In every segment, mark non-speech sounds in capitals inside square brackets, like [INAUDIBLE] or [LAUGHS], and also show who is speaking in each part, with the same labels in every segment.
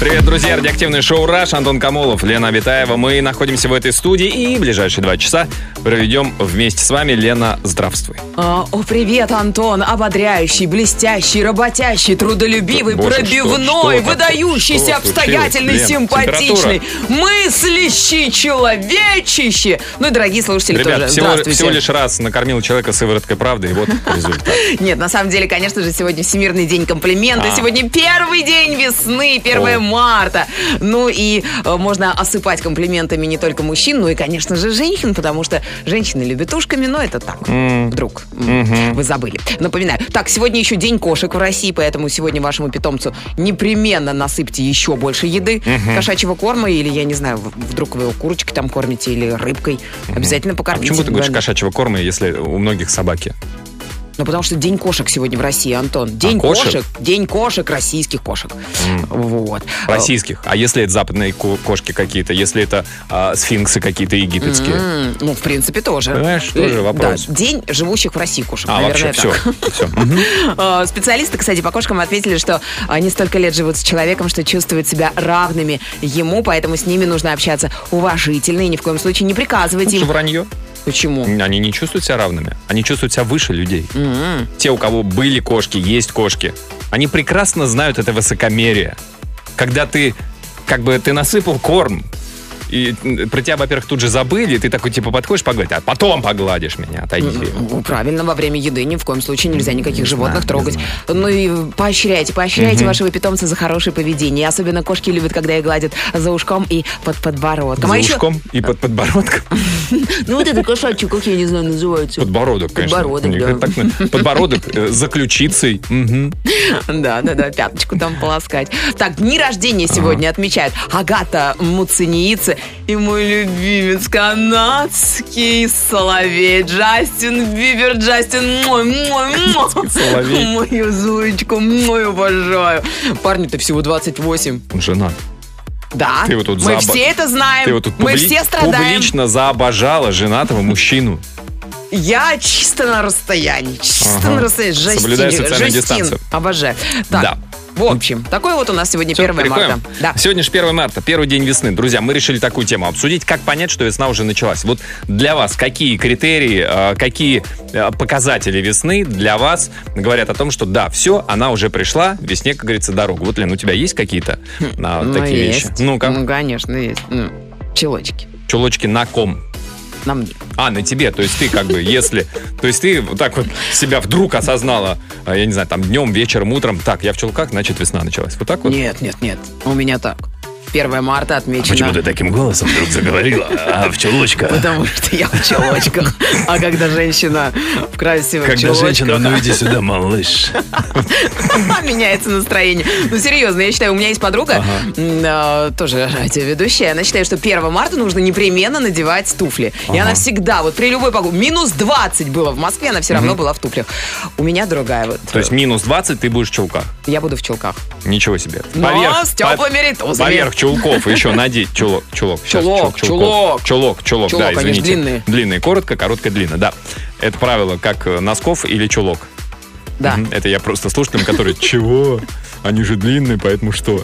Speaker 1: Привет, друзья! Радиоактивное шоу «Раш», Антон Камолов, Лена Витаева. Мы находимся в этой студии и ближайшие два часа проведем вместе с вами. Лена, здравствуй.
Speaker 2: А, О, привет, Антон! Ободряющий, блестящий, работящий, трудолюбивый,
Speaker 1: Боже, что-
Speaker 2: пробивной,
Speaker 1: что такое?
Speaker 2: выдающийся,
Speaker 1: Что
Speaker 2: обстоятельный,
Speaker 1: случилось? Лен,
Speaker 2: симпатичный, мыслящий человечище! Ну и, дорогие слушатели,
Speaker 1: Ребят,
Speaker 2: тоже
Speaker 1: всего,
Speaker 2: здравствуйте.
Speaker 1: всего лишь раз накормил человека сывороткой правды, и вот
Speaker 2: [LAUGHS]
Speaker 1: результат.
Speaker 2: Нет, на самом деле, конечно же, сегодня Всемирный день комплимента.
Speaker 1: А.
Speaker 2: Сегодня первый день весны, 1
Speaker 1: О.
Speaker 2: марта. Ну и э, можно осыпать комплиментами не только мужчин, но и, конечно же, женщин, потому что женщины любят ушками, но это так, вдруг. М. Вы забыли. Напоминаю. Так, сегодня еще день кошек в России, поэтому сегодня вашему питомцу непременно насыпьте еще больше еды, кошачьего корма или, я не знаю, в- вдруг вы его курочкой там кормите или рыбкой. Обязательно
Speaker 1: А
Speaker 2: покормите.
Speaker 1: почему ты говоришь
Speaker 2: главное.
Speaker 1: кошачьего корма, если у многих собаки?
Speaker 2: Ну, потому что День кошек сегодня в России, Антон. День
Speaker 1: А, кошек?
Speaker 2: кошек? День кошек, российских кошек. Вот.
Speaker 1: Российских. А если это западные ко- кошки какие-то, если это а, сфинксы какие-то египетские?
Speaker 2: М, Ну, в принципе, тоже.
Speaker 1: Понимаешь, тоже
Speaker 2: Э,
Speaker 1: вопрос.
Speaker 2: да, день живущих в России кошек.
Speaker 1: А,
Speaker 2: наверное,
Speaker 1: вообще, все.
Speaker 2: [LAUGHS] так.
Speaker 1: все.
Speaker 2: Э, Специалисты, кстати, по кошкам ответили, что они столько лет живут с человеком, что чувствуют себя равными ему, поэтому с ними нужно общаться уважительно и ни в коем случае не приказывать им.
Speaker 1: вранье.
Speaker 2: Почему?
Speaker 1: Они не чувствуют себя равными. Они чувствуют себя выше людей.
Speaker 2: М.
Speaker 1: те, у кого были кошки, есть кошки, они прекрасно знают это высокомерие. Когда ты, как бы, ты насыпал корм, и м, про тебя, во-первых, тут же забыли, и ты такой, типа, подходишь погладить, а потом погладишь меня, отойди.
Speaker 2: Ну, Правильно, во время еды ни в коем случае нельзя никаких
Speaker 1: Не
Speaker 2: животных
Speaker 1: знаю, не
Speaker 2: трогать. Ну и поощряйте, поощряйте вашего питомца за хорошее поведение. Особенно кошки любят, когда их гладят за ушком и под подбородком.
Speaker 1: За
Speaker 2: а еще,
Speaker 1: ушком и под подбородком.
Speaker 2: [LAUGHS] ну вот это кошачьи, как я не знаю, называются.
Speaker 1: Подбородок, конечно.
Speaker 2: Подбородок,
Speaker 1: У них
Speaker 2: да.
Speaker 1: это так на- Подбородок э, за ключицей. Мгм.
Speaker 2: Да, да, да, пяточку там полоскать. Так, дни рождения сегодня отмечают Агата Муцениица и мой любимец канадский соловей Джастин Бибер. Джастин, мой, мой, мой.
Speaker 1: соловей.
Speaker 2: Мою Зоечку, мою обожаю. Парню-то всего 28.
Speaker 1: Он женат.
Speaker 2: Да,
Speaker 1: Ты его тут
Speaker 2: мы
Speaker 1: заоба-
Speaker 2: все это знаем.
Speaker 1: Ты его тут
Speaker 2: Эм, мы
Speaker 1: публи-
Speaker 2: все страдаем.
Speaker 1: публично заобожала женатого мужчину.
Speaker 2: Я чисто на расстоянии. Чисто
Speaker 1: Ага.
Speaker 2: на расстоянии. Жестин,
Speaker 1: Соблюдаю социальную
Speaker 2: Жестин.
Speaker 1: дистанцию.
Speaker 2: Обожаю. Так,
Speaker 1: Да.
Speaker 2: в общем, такой вот у нас сегодня
Speaker 1: Всё,
Speaker 2: 1
Speaker 1: переходим.
Speaker 2: марта. Да.
Speaker 1: Сегодня же 1 марта, первый день весны. Друзья, мы решили такую тему обсудить, как понять, что весна уже началась. Вот для вас какие критерии, э, какие э, показатели весны для вас говорят о том, что да, все, она уже пришла, весне, как говорится, дорогу. Вот, Лен, у тебя есть какие-то а,
Speaker 2: Ну,
Speaker 1: такие
Speaker 2: есть.
Speaker 1: вещи? Ну-ка,
Speaker 2: Ну, конечно, есть. Ну, чулочки.
Speaker 1: чулочки на ком?
Speaker 2: На мне.
Speaker 1: А, на тебе, то есть ты как бы, если... То есть ты вот так вот себя вдруг осознала, а, я не знаю, там днем, вечером, утром, так, я в чулках, значит, весна началась. Вот так вот?
Speaker 2: Нет, нет, нет. У меня так. 1 марта отмечено.
Speaker 1: таким голосом вдруг заговорила? А в чулочках?
Speaker 2: Потому что я в чулочках. А когда женщина в красивых
Speaker 1: Когда
Speaker 2: чулочках...
Speaker 1: женщина, ну иди сюда, малыш.
Speaker 2: [LAUGHS] меняется настроение. Ну, серьезно, я считаю, у меня есть подруга, м, э, тоже радиоведущая, она считает, что 1 марта нужно непременно надевать туфли. И она всегда, вот при любой погоде, минус 20 было в Москве, она все равно была в туфлях. У меня другая вот. э,
Speaker 1: То есть минус 20, ты будешь в чулках.
Speaker 2: Я буду в чулках.
Speaker 1: Ничего себе.
Speaker 2: Но с
Speaker 1: по-
Speaker 2: теплыми ритузами.
Speaker 1: Поверх чулков еще надеть чулок. Чулок, Щас,
Speaker 2: Чулок,
Speaker 1: чулков. Чулок, чулок,
Speaker 2: Чулок,
Speaker 1: да,
Speaker 2: они ж
Speaker 1: извините.
Speaker 2: длинные.
Speaker 1: Длинные, коротко, коротко, длинно, да. Это правило, как э, носков или чулок.
Speaker 2: Да.
Speaker 1: Мгм, Это я просто слушателям, которые чего? Они же длинные, поэтому что?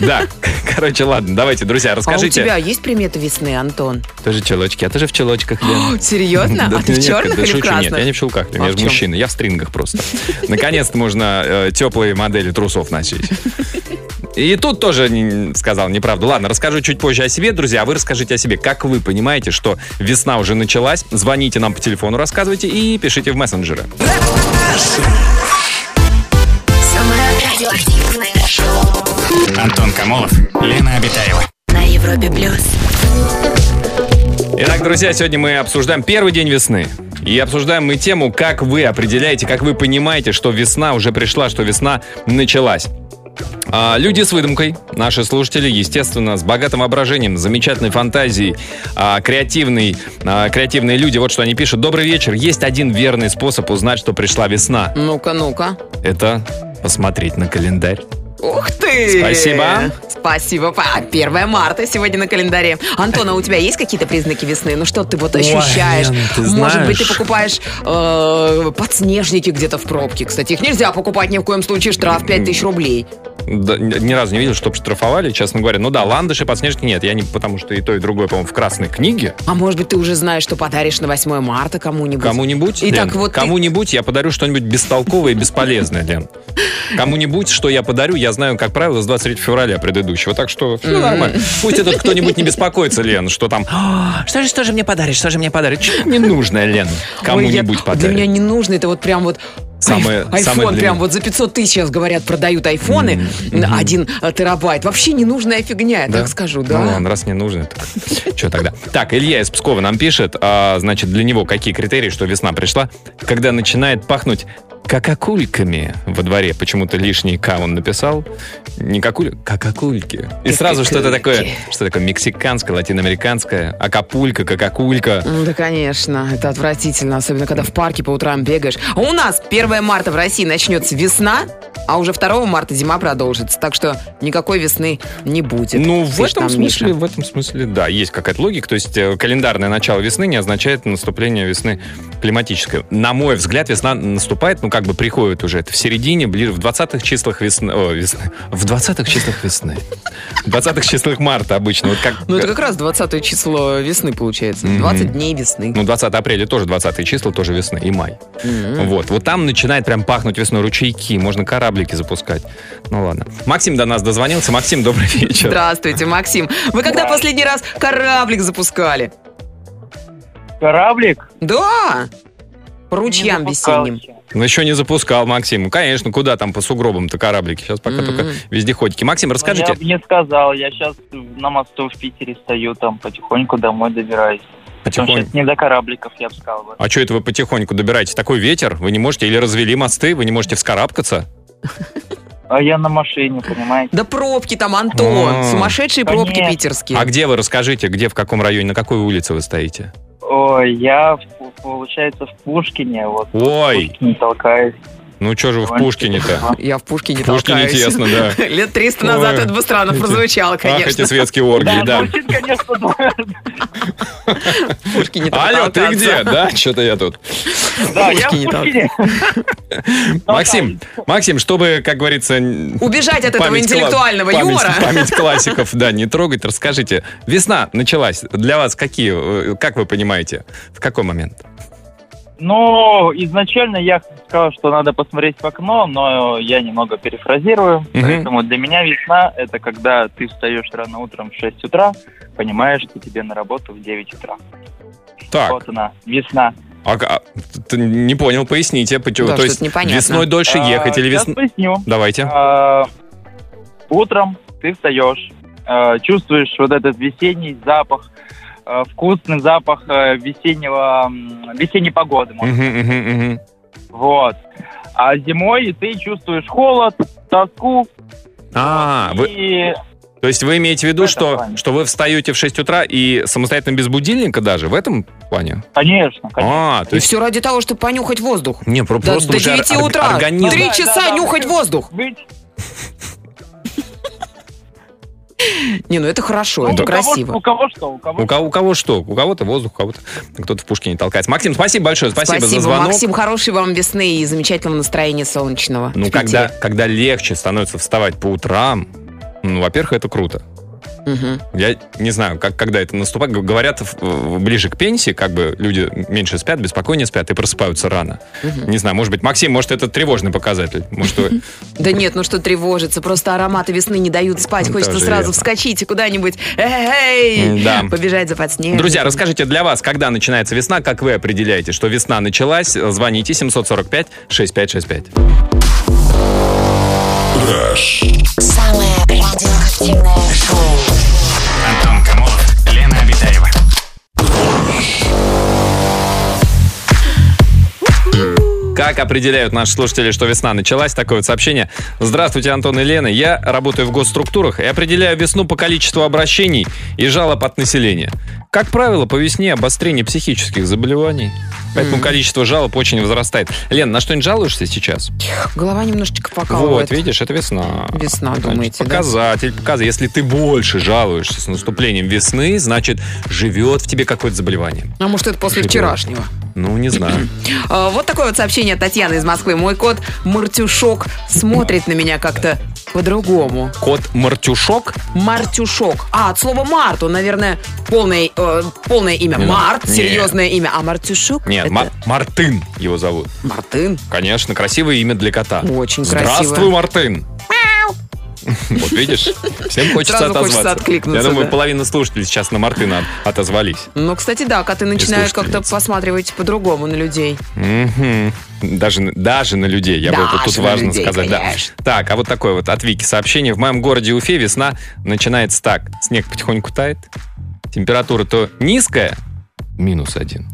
Speaker 1: Да, [LAUGHS] короче, ладно, давайте, друзья, расскажите.
Speaker 2: А у тебя есть приметы весны, Антон?
Speaker 1: Тоже чулочки, а ты же в чулочках,
Speaker 2: [GASPS]
Speaker 1: Лен.
Speaker 2: Серьезно?
Speaker 1: Да
Speaker 2: а ты в
Speaker 1: нет,
Speaker 2: черных
Speaker 1: да
Speaker 2: или в
Speaker 1: шучу,
Speaker 2: красных?
Speaker 1: Нет, я не в чулках,
Speaker 2: А
Speaker 1: я
Speaker 2: в
Speaker 1: же
Speaker 2: чем?
Speaker 1: мужчина, я в стрингах просто. [LAUGHS] Наконец-то можно э, теплые модели трусов носить. И тут тоже не- сказал неправду. Ладно, расскажу чуть позже о себе, друзья. А вы расскажите о себе, как вы понимаете, что весна уже началась. Звоните нам по телефону, рассказывайте и пишите в мессенджеры.
Speaker 3: Самое радиоактивное шоу
Speaker 4: Антон Камолов, Лена Обитаева.
Speaker 3: на Европе плюс.
Speaker 1: Итак, друзья, сегодня мы обсуждаем первый день весны. И обсуждаем мы тему, как вы определяете, как вы понимаете, что весна уже пришла, что весна началась. А, люди с выдумкой, наши слушатели, естественно, с богатым воображением, с замечательной фантазией, а, креативный, а, креативные люди. Вот что они пишут. Добрый вечер. Есть один верный способ узнать, что пришла весна.
Speaker 2: Ну-ка, ну-ка.
Speaker 1: Это посмотреть на календарь.
Speaker 2: Ух ты!
Speaker 1: Спасибо.
Speaker 2: Спасибо. Па- 1 марта сегодня на календаре. Антон, а у тебя есть какие-то признаки весны? Ну что ты вот ощущаешь?
Speaker 1: Лен, ты
Speaker 2: Может быть, ты
Speaker 1: знаешь.
Speaker 2: покупаешь э, подснежники где-то в пробке. Кстати, их нельзя покупать ни в коем случае. Штраф 5000 рублей.
Speaker 1: Да, ни ни разу не видел, чтобы штрафовали, честно говоря. Ну да, ландыши, подснежки нет. Я не потому, что и то, и другое, по-моему, в красной книге.
Speaker 2: А может быть, ты уже знаешь, что подаришь на 8 марта кому-нибудь?
Speaker 1: Кому-нибудь,
Speaker 2: Итак,
Speaker 1: Лен,
Speaker 2: вот ты-
Speaker 1: кому-нибудь я подарю что-нибудь бестолковое и бесполезное, Лен. Кому-нибудь, что я подарю, я знаю, как правило, с 23 февраля предыдущего. Так что все нормально. Пусть этот кто-нибудь не беспокоится, Лен, что там... «А, [GASPS] Что же, что же мне подаришь, что же мне подаришь? Чё Не нужно, Лен.
Speaker 2: Ой,
Speaker 1: Кому-нибудь
Speaker 2: я- Для меня
Speaker 1: подаришь.
Speaker 2: не нужно, это вот прям вот
Speaker 1: Самое-
Speaker 2: айф-
Speaker 1: самое
Speaker 2: Айфон
Speaker 1: для
Speaker 2: прям
Speaker 1: меня.
Speaker 2: вот за 500 тысяч, сейчас говорят, продают айфоны. Один э, терабайт. Вообще ненужная фигня, я так скажу, да?
Speaker 1: Ну ладно, раз не нужно, [LAUGHS] что тогда? Так, Илья из Пскова нам пишет, а, значит, для него какие критерии, что весна пришла, когда начинает пахнуть какакульками во дворе. Почему-то лишний К он написал. Не какули, какакульки. И сразу что-то такое,
Speaker 2: Какакульки.
Speaker 1: что такое мексиканское, латиноамериканское, акапулька, какакулька.
Speaker 2: Ну Да, конечно, это отвратительно, особенно когда в парке по утрам бегаешь. А у нас 1 марта в России начнется весна, а уже 2 марта зима продолжится, так что никакой весны не будет.
Speaker 1: Ну, в
Speaker 2: Пишет
Speaker 1: этом
Speaker 2: нам
Speaker 1: смысле,
Speaker 2: Миша.
Speaker 1: в этом смысле, да, есть какая-то логика. То есть э, календарное начало весны не означает наступление весны климатической. На мой взгляд, весна наступает, ну, как бы приходит уже. Это в середине, ближе, в 20-х числах весны. О, весны. В 20-х числах весны. В 20-х числах марта обычно. Вот как,
Speaker 2: Ну, это как раз 20 число весны получается, 20 дней весны.
Speaker 1: ну, 20 апреля тоже 20 числа, тоже весна и май. Вот. Вот там начинает прям пахнуть весной ручейки, можно кораблики запускать. Ну ладно. Максим до нас дозвонился. Максим, добрый вечер.
Speaker 2: Здравствуйте, Максим. Вы когда последний раз кораблик запускали?
Speaker 5: Кораблик?
Speaker 2: Да! По ручьям
Speaker 5: Не
Speaker 2: весенним.
Speaker 5: запускался.
Speaker 1: Ну, еще не запускал, Максим. Ну, Конечно, куда там по сугробам-то кораблики? Сейчас пока
Speaker 2: М-м.
Speaker 1: только вездеходики. Максим, расскажите.
Speaker 5: Ну, Я бы не сказал, я сейчас на мосту в Питере стою, там потихоньку домой добираюсь. Потому что
Speaker 1: Потихонь-
Speaker 5: это не до корабликов, я бы сказал. бы.
Speaker 1: А что это вы потихоньку добираетесь? Такой ветер, вы не можете или развели мосты, вы не можете вскарабкаться?
Speaker 5: А я на машине, понимаете?
Speaker 2: Да пробки там, Антон.
Speaker 1: А.
Speaker 2: Сумасшедшие
Speaker 5: Да
Speaker 2: пробки
Speaker 5: нет.
Speaker 2: питерские.
Speaker 1: А где вы, расскажите, где, в каком районе, на какой улице вы стоите?
Speaker 5: Ой, я, в- получается, в Пушкине, вот. В
Speaker 1: Ой,
Speaker 5: Пушкине толкаюсь.
Speaker 1: ну что же вы в Пушкине-то?
Speaker 2: Я в пушке не
Speaker 1: В Пушкине
Speaker 2: толкаюсь.
Speaker 1: тесно, да.
Speaker 2: [LAUGHS] Лет 300 назад
Speaker 1: Ой.
Speaker 2: это бы странно прозвучало,
Speaker 1: Ах, эти
Speaker 2: конечно.
Speaker 1: светские оргии,
Speaker 5: Да,
Speaker 1: да.
Speaker 5: Пушкин, конечно, [LAUGHS] да.
Speaker 2: В Пушкине не
Speaker 1: Алло, ты
Speaker 2: толкаться.
Speaker 1: где? Да, что-то я тут.
Speaker 5: Да, я в
Speaker 2: Пушкине толкаюсь.
Speaker 5: Пушкине.
Speaker 1: Максим, Максим, чтобы, как говорится, н-
Speaker 2: Убежать от этого
Speaker 1: память кла-
Speaker 2: интеллектуального
Speaker 1: память-
Speaker 2: юмора.
Speaker 1: Память классиков, да, не трогать. Расскажите, весна началась. Для вас какие, э, как вы понимаете, в какой момент?
Speaker 5: Ну, изначально я сказал, что надо посмотреть в окно, но я немного перефразирую. Поэтому для меня весна – это когда ты встаешь рано утром в 6 утра, понимаешь, что тебе на работу в 9 утра.
Speaker 1: Так,
Speaker 5: Вот она, весна.
Speaker 1: а, а, ты не понял, поясните. почему-
Speaker 2: Да,
Speaker 1: То
Speaker 2: что-то
Speaker 1: есть
Speaker 2: непонятно.
Speaker 1: весной дольше
Speaker 5: А,
Speaker 1: ехать или
Speaker 5: сейчас
Speaker 1: весной...
Speaker 5: поясню.
Speaker 1: Давайте.
Speaker 5: А, Утром ты встаешь, а, чувствуешь вот этот весенний запах, а, вкусный запах а, весеннего, м, весенней погоды, может
Speaker 1: Мгм, мгм, мгм.
Speaker 5: Вот. А зимой ты чувствуешь холод, тоску
Speaker 1: А, вы-
Speaker 5: и...
Speaker 1: то есть вы имеете в виду,
Speaker 5: В этом
Speaker 1: что,
Speaker 5: плане.
Speaker 1: что вы встаете в 6 утра и самостоятельно без будильника даже в этом плане?
Speaker 5: Конечно, конечно.
Speaker 1: А, то
Speaker 2: И
Speaker 1: есть...
Speaker 2: все ради того, чтобы понюхать воздух.
Speaker 1: Не, про-
Speaker 2: Да,
Speaker 1: просто
Speaker 2: до
Speaker 1: уже
Speaker 2: 9
Speaker 1: ор-
Speaker 2: утра.
Speaker 1: организм...
Speaker 2: Три
Speaker 5: Да,
Speaker 2: часа
Speaker 5: да, да.
Speaker 2: нюхать воздух.
Speaker 5: Быть
Speaker 2: Не, ну это хорошо,
Speaker 5: ну,
Speaker 2: это
Speaker 5: у кого-
Speaker 2: красиво.
Speaker 5: у кого что, у кого
Speaker 1: У кого, у кого что? У кого-то воздух, у кого-то кто-то в пушке не толкается. Максим, спасибо большое, спасибо, за звонок.
Speaker 2: Максим, хорошей вам весны и замечательного настроения солнечного.
Speaker 1: Ну,
Speaker 2: в Питере.
Speaker 1: когда, когда легче становится вставать по утрам, ну, во-первых, это круто.
Speaker 2: Мгм.
Speaker 1: Я не знаю, как, когда это наступает. Г- Говорят, в- в- ближе к пенсии, как бы люди меньше спят, беспокойнее спят и просыпаются рано. Не знаю, может быть, Максим, может, это тревожный показатель. Может, вы-
Speaker 2: Да нет, ну что тревожиться, просто ароматы весны не дают спать.
Speaker 1: Ну,
Speaker 2: Хочется
Speaker 1: тоже
Speaker 2: сразу
Speaker 1: верно.
Speaker 2: вскочить и куда-нибудь эй,
Speaker 1: М-да.
Speaker 2: побежать за подснежником.
Speaker 1: Друзья, расскажите для вас, когда начинается весна, как вы определяете, что весна началась? Звоните 745-6565.
Speaker 6: Rush.
Speaker 3: Самое радиоактивное шоу.
Speaker 4: Антон Камолов, Лена Обитаева.
Speaker 1: Как Как определяют наши слушатели, что весна началась? Такое вот сообщение. Здравствуйте, Антон и Лена. Я работаю в госструктурах и определяю весну по количеству обращений и жалоб от населения. Как правило, по весне обострение психических заболеваний. Поэтому количество жалоб очень возрастает. Лен, на что-нибудь жалуешься сейчас?
Speaker 2: Голова немножечко покалывает.
Speaker 1: Вот, видишь, это весна.
Speaker 2: Весна,
Speaker 1: Значит,
Speaker 2: думаете, да?
Speaker 1: показатель, показатель. Если ты больше жалуешься с наступлением весны, значит, живет в тебе какое-то заболевание.
Speaker 2: А может, это после
Speaker 1: Прикольно.
Speaker 2: вчерашнего?
Speaker 1: Ну, не
Speaker 2: [CLEARS THROAT]
Speaker 1: знаю.
Speaker 2: А, Вот такое вот сообщение от Татьяны из Москвы. Мой кот Мартюшок смотрит на меня как-то по-другому.
Speaker 1: Кот Мартюшок?
Speaker 2: Мартюшок. А, от слова Март. Он, наверное, полное, э, полное имя.
Speaker 1: Не,
Speaker 2: Март,
Speaker 1: не.
Speaker 2: серьезное имя. А Мартюшок?
Speaker 1: Нет,
Speaker 2: это
Speaker 1: Мар- Мартын его зовут.
Speaker 2: Мартын.
Speaker 1: Конечно, красивое имя для кота.
Speaker 2: Очень
Speaker 1: Здравствуй,
Speaker 2: красиво.
Speaker 1: Мартын. Вот видишь, всем хочется
Speaker 2: Сразу хочется
Speaker 1: отозваться. Я
Speaker 2: откликнуться,
Speaker 1: думаю,
Speaker 2: да.
Speaker 1: половина слушателей сейчас на Мартына от- отозвались.
Speaker 2: Ну, кстати, да, коты начинают как-то
Speaker 1: слушательница.
Speaker 2: посматривать по-другому на людей.
Speaker 1: Мгм. Даже, на- даже на людей, я бы
Speaker 2: Даже
Speaker 1: тут
Speaker 2: на
Speaker 1: важно
Speaker 2: людей,
Speaker 1: сказать. да.
Speaker 2: конечно.
Speaker 1: Так, а вот такое вот от Вики сообщение. В моем городе Уфе весна начинается так. Снег потихоньку тает, температура то низкая, минус один,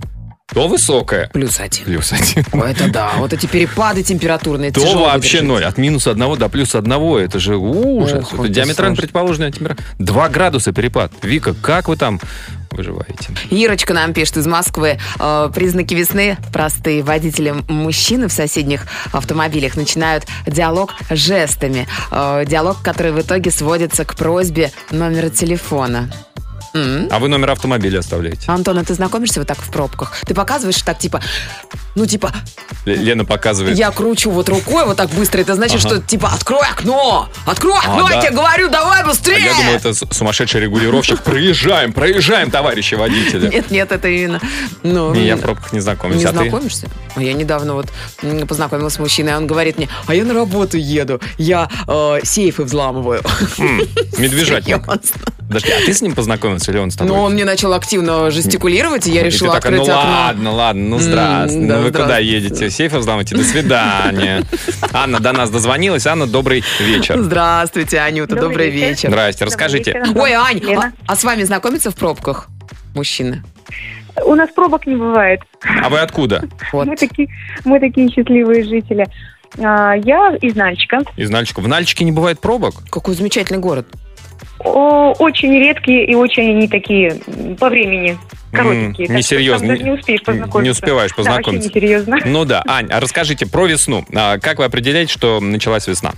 Speaker 1: то высокая,
Speaker 2: Плюс один.
Speaker 1: плюс один.
Speaker 2: О, это да. Вот эти перепады температурные. это
Speaker 1: То
Speaker 2: тяжело
Speaker 1: вообще
Speaker 2: выдержать.
Speaker 1: ноль. От минус одного до плюс одного. Это же ужас.
Speaker 2: Ох,
Speaker 1: это
Speaker 2: это
Speaker 1: диаметрально
Speaker 2: сложно.
Speaker 1: предположенная температура. Два градуса перепад. Вика, как вы там выживаете?
Speaker 2: Ирочка нам пишет из Москвы. Э, Признаки весны простые. Водители мужчины в соседних автомобилях начинают диалог жестами. Э, Диалог, который в итоге сводится к просьбе номера телефона. М?
Speaker 1: А вы номер автомобиля оставляете?
Speaker 2: Антон, а ты знакомишься вот так в пробках? Ты показываешь так, типа, ну, типа,
Speaker 1: Л- Лена показывает.
Speaker 2: я кручу вот рукой вот так быстро, это значит,
Speaker 1: Ага.
Speaker 2: что, типа, открой окно! Открой
Speaker 1: А,
Speaker 2: окно,
Speaker 1: да.
Speaker 2: я тебе говорю, давай
Speaker 1: А
Speaker 2: быстрее!
Speaker 1: я думал, это с- сумасшедший регулировщик. Проезжаем, проезжаем, товарищи водители.
Speaker 2: Нет, нет, это именно. Ну,
Speaker 1: Не, я
Speaker 2: м,
Speaker 1: в пробках не знакомлюсь.
Speaker 2: Не
Speaker 1: А ты?
Speaker 2: знакомишься? А я недавно вот м, познакомилась с мужчиной, он говорит мне, а я на работу еду, я э, сейфы взламываю.
Speaker 1: М, [LAUGHS] Медвежатник.
Speaker 2: Серьезно.
Speaker 1: Подожди, а ты с ним познакомился или он с тобой?
Speaker 2: Но Ну, он мне начал активно жестикулировать, и
Speaker 1: И
Speaker 2: я
Speaker 1: ты
Speaker 2: решила
Speaker 1: такая,
Speaker 2: открыть
Speaker 1: ну
Speaker 2: окно.
Speaker 1: ладно, ладно, ну
Speaker 2: М,
Speaker 1: здравствуй.
Speaker 2: да,
Speaker 1: ну вы куда
Speaker 2: здравствуй.
Speaker 1: едете? Сейфы взламываете? До свидания.
Speaker 2: [LAUGHS]
Speaker 1: Анна до нас дозвонилась. Анна, добрый вечер.
Speaker 2: Здравствуйте, Анюта, добрый,
Speaker 7: Добрый вечер.
Speaker 2: вечер.
Speaker 1: Здрасте, расскажите.
Speaker 7: Добрый вечер,
Speaker 2: Ой, Ань, а,
Speaker 7: Лена.
Speaker 2: а с вами знакомятся в пробках мужчины?
Speaker 7: У нас пробок не бывает.
Speaker 1: А вы откуда?
Speaker 2: Вот.
Speaker 7: Мы, такие, мы такие счастливые жители. А, я из Нальчика.
Speaker 1: Из Нальчика. В Нальчике не бывает пробок?
Speaker 2: Какой замечательный город.
Speaker 7: О, очень редкие и очень они такие м, по времени
Speaker 1: М,
Speaker 7: коротенькие. так
Speaker 1: несерьезно.
Speaker 7: что там даже не успеешь познакомиться.
Speaker 1: Не успеваешь познакомиться.
Speaker 7: Да, вообще несерьезно.
Speaker 1: Ну да, Ань, а расскажите про весну. А как вы определяете, что началась весна?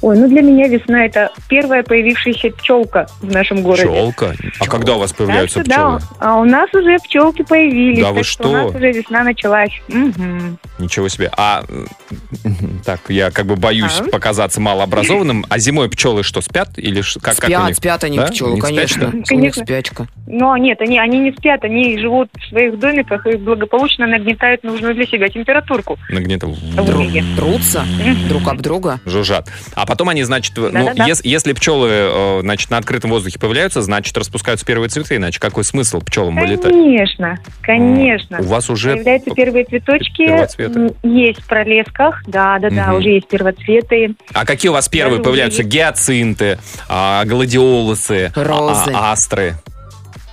Speaker 7: Ой, ну для меня весна это первая появившаяся пчелка в нашем городе.
Speaker 1: Пчелка. А когда у вас
Speaker 7: Так
Speaker 1: появляются
Speaker 7: что да,
Speaker 1: пчелы?
Speaker 7: а у нас уже пчелки появились.
Speaker 1: Да
Speaker 7: так
Speaker 1: вы
Speaker 7: У нас
Speaker 1: что?
Speaker 7: уже весна началась. Мгм.
Speaker 1: Ничего себе. А [LAUGHS] э, так, я как бы боюсь
Speaker 7: А?
Speaker 1: показаться малообразованным. А зимой пчелы что, спят? Или ш- как, как у
Speaker 2: спят,
Speaker 1: них?
Speaker 2: спят они
Speaker 1: Да? У
Speaker 2: пчелы,
Speaker 1: них
Speaker 2: конечно.
Speaker 7: спячка?
Speaker 2: У них
Speaker 7: Конечно.
Speaker 2: спячка.
Speaker 7: Но Ну, а нет, они, они не спят, они живут в своих домиках и благополучно нагнетают нужную для себя температурку.
Speaker 1: Нагнетом.
Speaker 7: Друг. Други.
Speaker 2: Трутся друг об друга.
Speaker 1: Жужжат. А потом они, значит, в- ну,
Speaker 7: Да-да-да.
Speaker 1: ес- если пчелы, э, значит, на открытом воздухе появляются, значит, распускаются первые цветы, иначе какой смысл пчелам вылетать?
Speaker 7: Конечно, конечно.
Speaker 1: У вас уже...
Speaker 7: Появляются первые цветочки,
Speaker 1: первоцветы.
Speaker 7: м, есть в пролесках, да, да, да,
Speaker 1: Мгм.
Speaker 7: уже есть первоцветы.
Speaker 1: А какие у вас первые
Speaker 7: Даже
Speaker 1: появляются?
Speaker 7: уже
Speaker 1: Гиацинты, а, гладиолусы, а-
Speaker 2: Розы.
Speaker 1: а- астры,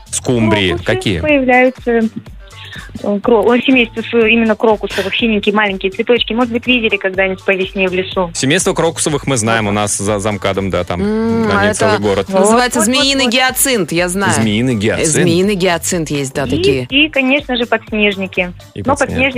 Speaker 1: скумбрии.
Speaker 7: Крокусы
Speaker 1: какие?
Speaker 7: Появляются э, кро- ой, семейство свое, именно крокусовых, синенькие маленькие цветочки. Может быть, видели когда-нибудь по весне в лесу.
Speaker 1: Семейство крокусовых мы знаем, у нас за замкадом, да, там
Speaker 2: М,
Speaker 1: на
Speaker 2: а
Speaker 1: ней
Speaker 2: это-
Speaker 1: целый город.
Speaker 7: Вот,
Speaker 2: Называется
Speaker 7: вот, вот,
Speaker 2: змеиный
Speaker 7: вот.
Speaker 2: гиацинт, я знаю.
Speaker 1: Змеиный
Speaker 2: Э,
Speaker 1: гиацинт.
Speaker 2: Змеиный гиацинт есть, да,
Speaker 7: И,
Speaker 2: такие.
Speaker 7: и, конечно же, подснежники.
Speaker 1: И
Speaker 7: Но
Speaker 1: подснежник.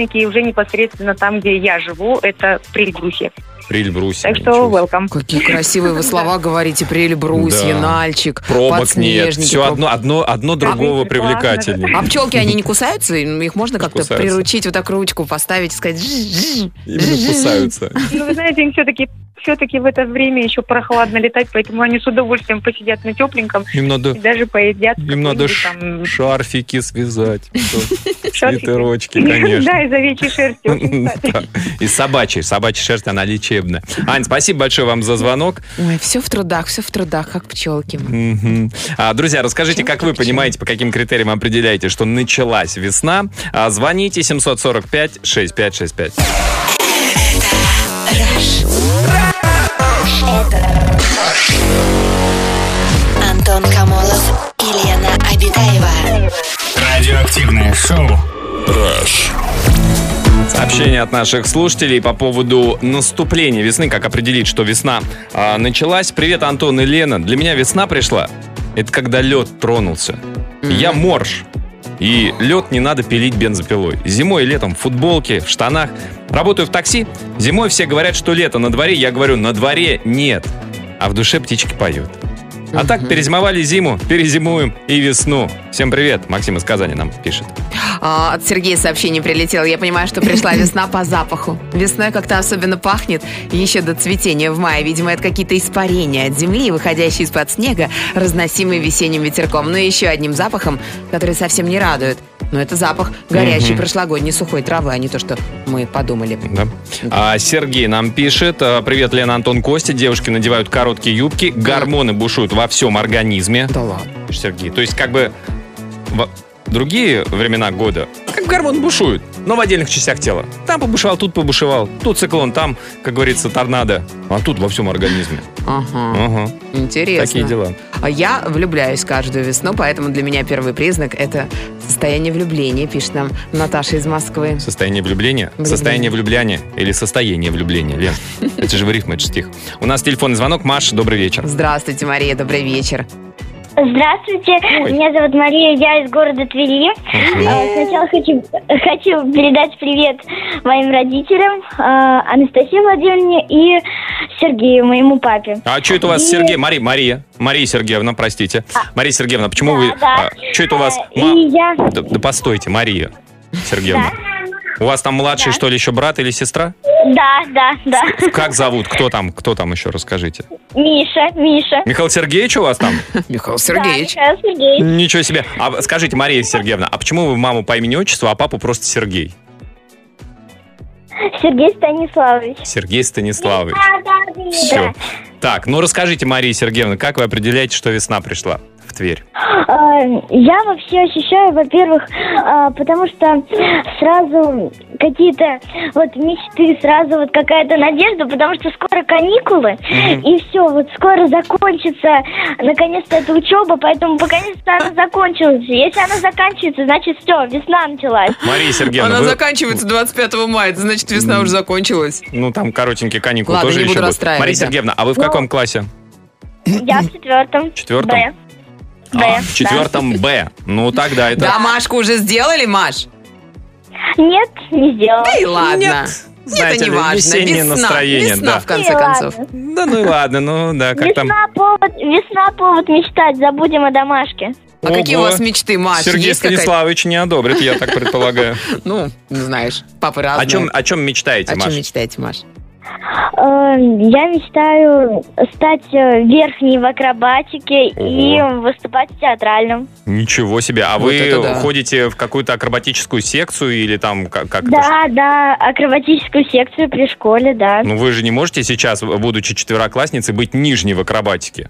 Speaker 7: подснежники уже непосредственно там, где я живу, это в Прильбрусе.
Speaker 1: Прильбрусь.
Speaker 7: Так что
Speaker 2: [LAUGHS]
Speaker 7: welcome.
Speaker 2: Какие красивые вы слова говорите, прелебрусье,
Speaker 1: Да.
Speaker 2: нальчик,
Speaker 1: Пробок нет.
Speaker 2: подснежники.
Speaker 1: Все
Speaker 2: проб-
Speaker 1: одно, одно, одно другого
Speaker 7: А Классно, да.
Speaker 1: привлекательнее.
Speaker 7: [LAUGHS]
Speaker 2: А пчелки, они
Speaker 1: [LAUGHS]
Speaker 2: не кусаются? Им- Их можно как-то
Speaker 1: Кусаются.
Speaker 2: приручить, вот так ручку поставить и сказать «жжж,
Speaker 1: Именно кусаются.
Speaker 7: Ну, вы знаете, им все-таки все-таки в это время еще прохладно летать, поэтому они с удовольствием посидят на тепленьком
Speaker 1: Им
Speaker 7: и
Speaker 1: надо,
Speaker 7: даже поедят
Speaker 1: им надо ш-
Speaker 7: какие-нибудь
Speaker 1: шарфики связать.
Speaker 7: там [LAUGHS] шарфики. [LAUGHS]
Speaker 1: Свитерочки, конечно.
Speaker 7: Да, из овечьей шерсти. очень кстати.
Speaker 1: Да. И собачьей. Собачья шерсть, она лечебная. Ань, спасибо большое вам за звонок.
Speaker 2: Ой, все в трудах, все в трудах, как пчелки.
Speaker 1: Мгм. А, Друзья, расскажите, как вы понимаете, по каким критериям определяете, что началась весна. А, Звоните 745-6565.
Speaker 3: Антон Камолов и Лена Обитаева.
Speaker 4: Радиоактивное шоу.
Speaker 6: Rush.
Speaker 1: сообщение от наших слушателей по поводу наступления весны, как определить, что весна а, началась. Привет, Антон и Лена. Для меня весна пришла. Это когда лед тронулся. Я морж. И лед не надо пилить бензопилой. Зимой и летом в футболке, в штанах. Работаю в такси. Зимой все говорят, что лето на дворе. Я говорю, на дворе нет. А в душе птички поют. А так перезимовали зиму, перезимуем и весну. Всем привет. Максим из Казани нам пишет.
Speaker 2: А, От Сергея сообщение прилетело. Я понимаю, что пришла весна по запаху. Весной как-то особенно пахнет. Еще до цветения в мае. Видимо, это какие-то испарения от земли, выходящие из-под снега, разносимые весенним ветерком. Ну и еще одним запахом, который совсем не радует. Но это запах горящей прошлогодней сухой травы, а не то, что мы подумали.
Speaker 1: Да. А Сергей нам пишет. а, Привет, Лена, Антон, Костя. Девушки надевают короткие юбки. Гормоны бушуют во всем организме.
Speaker 2: Да ладно.
Speaker 1: Пишет Сергей. То есть как бы в другие времена года как бы гормоны бушуют, но в отдельных частях тела. Там побушевал, тут побушевал, тут циклон, там, как говорится, торнадо. А тут во всем организме.
Speaker 2: Ага,
Speaker 1: Ага,
Speaker 2: интересно.
Speaker 1: такие дела.
Speaker 2: А Я влюбляюсь каждую весну, поэтому для меня первый признак – это состояние влюбления, пишет нам Наташа из Москвы.
Speaker 1: Состояние влюбления?
Speaker 2: Влюбление.
Speaker 1: Состояние влюбляния или состояние влюбления,
Speaker 2: [LAUGHS]
Speaker 1: Лен? Это же в рифму, это же стих. У нас телефонный звонок. Маша, добрый вечер.
Speaker 2: Здравствуйте, Мария, добрый вечер.
Speaker 8: Здравствуйте,
Speaker 1: Ой.
Speaker 8: меня зовут Мария, я из города Твери.
Speaker 1: Мгм.
Speaker 8: Э, Сначала хочу, хочу передать привет моим родителям, э, Анастасии Владимировне и Сергею, моему папе.
Speaker 1: А что это у вас, Сергей? Мари, Мария. Мария Сергеевна, простите. Мария Сергеевна, почему вы...
Speaker 8: А. да.
Speaker 1: что это у вас?
Speaker 8: Э,
Speaker 1: ма-
Speaker 8: И я...
Speaker 1: Да, да постойте, Мария Сергеевна. У вас там младший, что ли, еще брат или сестра?
Speaker 8: Да, да, да.
Speaker 1: Как зовут? Кто там? Кто там еще? Расскажите.
Speaker 8: Миша, Миша.
Speaker 1: Михаил Сергеевич у вас там?
Speaker 2: Михаил Сергеевич.
Speaker 8: Да, Михаил Сергеевич.
Speaker 1: Ничего себе. А скажите, Мария Сергеевна, а почему вы маму по имени отчеству, а папу просто Сергей?
Speaker 8: Сергей Станиславович.
Speaker 1: Сергей Станиславович.
Speaker 8: Да, да, да.
Speaker 1: Все. Так, ну расскажите, Мария Сергеевна, как вы определяете, что весна пришла в Тверь?
Speaker 8: Э, Я вообще ощущаю, во-первых, э, потому что сразу какие-то вот мечты, сразу вот какая-то надежда, потому что скоро каникулы, и все, вот скоро закончится, наконец-то эта учеба, поэтому пока не она закончилась. Если она заканчивается, значит все, весна началась.
Speaker 1: Мария Сергеевна,
Speaker 2: Она
Speaker 1: ну вы-
Speaker 2: заканчивается 25 мая, это значит, весна уже закончилась.
Speaker 1: ну там коротенькие каникулы
Speaker 2: Ладно,
Speaker 1: тоже
Speaker 2: не
Speaker 1: еще
Speaker 2: буду
Speaker 1: будут.
Speaker 2: расстраивать,
Speaker 1: Мария
Speaker 2: да.
Speaker 1: Сергеевна, а вы в
Speaker 8: Ну,
Speaker 1: каком классе?
Speaker 8: Я в четвертом.
Speaker 1: Четвертом?
Speaker 8: Б. Б,
Speaker 1: А,
Speaker 8: да.
Speaker 1: в четвертом Б. Ну тогда это...
Speaker 2: Да, Машку уже сделали, Маш?
Speaker 8: Нет, не сделала.
Speaker 2: Да и ладно.
Speaker 1: Знаете
Speaker 2: это не
Speaker 1: ли,
Speaker 2: важно.
Speaker 1: весеннее
Speaker 2: весна.
Speaker 1: настроение,
Speaker 2: весна,
Speaker 1: да.
Speaker 2: в конце
Speaker 8: Ну и
Speaker 2: концов.
Speaker 8: ладно.
Speaker 1: Да ну и ладно, ну да, как там...
Speaker 8: Весна повод, весна повод мечтать, забудем о домашке.
Speaker 2: А какие у
Speaker 1: Ого.
Speaker 2: вас мечты, Маш?
Speaker 1: Сергей
Speaker 2: Есть какая-то?
Speaker 1: Станиславович не одобрит, я так
Speaker 2: [LAUGHS]
Speaker 1: предполагаю.
Speaker 2: Ну, ну, знаешь, папы разные.
Speaker 1: О чем, о чем мечтаете,
Speaker 2: О чем
Speaker 1: Маша?
Speaker 2: мечтаете, Маш?
Speaker 8: Э, Я мечтаю стать э, верхней в акробатике и
Speaker 1: Ого.
Speaker 8: выступать в театральном.
Speaker 1: Ничего себе. А
Speaker 2: Вот
Speaker 1: вы
Speaker 2: это да.
Speaker 1: ходите в какую-то акробатическую секцию или там как, как это ж-
Speaker 8: Да, да, акробатическую секцию при школе, да.
Speaker 1: Ну вы же не можете сейчас, будучи четвероклассницей, быть нижней в акробатике.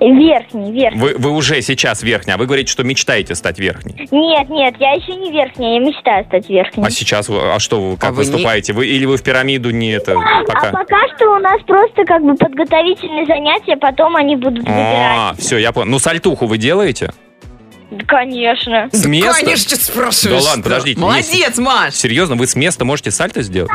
Speaker 8: Верхний, верхний.
Speaker 1: Вы, вы уже сейчас верхняя, а вы говорите, что мечтаете стать верхней.
Speaker 8: Нет, нет, я еще не верхняя, я мечтаю стать верхней.
Speaker 1: А сейчас, вы- а что вы, как
Speaker 2: А вы не-
Speaker 1: выступаете? Вы, или вы в пирамиду не это
Speaker 8: А
Speaker 1: пока?
Speaker 8: пока что у нас просто как бы подготовительные занятия, потом они будут выбирать.
Speaker 1: А, все, я понял. Ну сальтуху вы делаете?
Speaker 8: Да, Конечно.
Speaker 1: С
Speaker 2: Да,
Speaker 1: места?
Speaker 2: Конечно, чё ты спрашиваешь.
Speaker 1: Да ладно, подождите,
Speaker 2: Молодец, Маш.
Speaker 1: Серьезно, вы с места можете сальто сделать?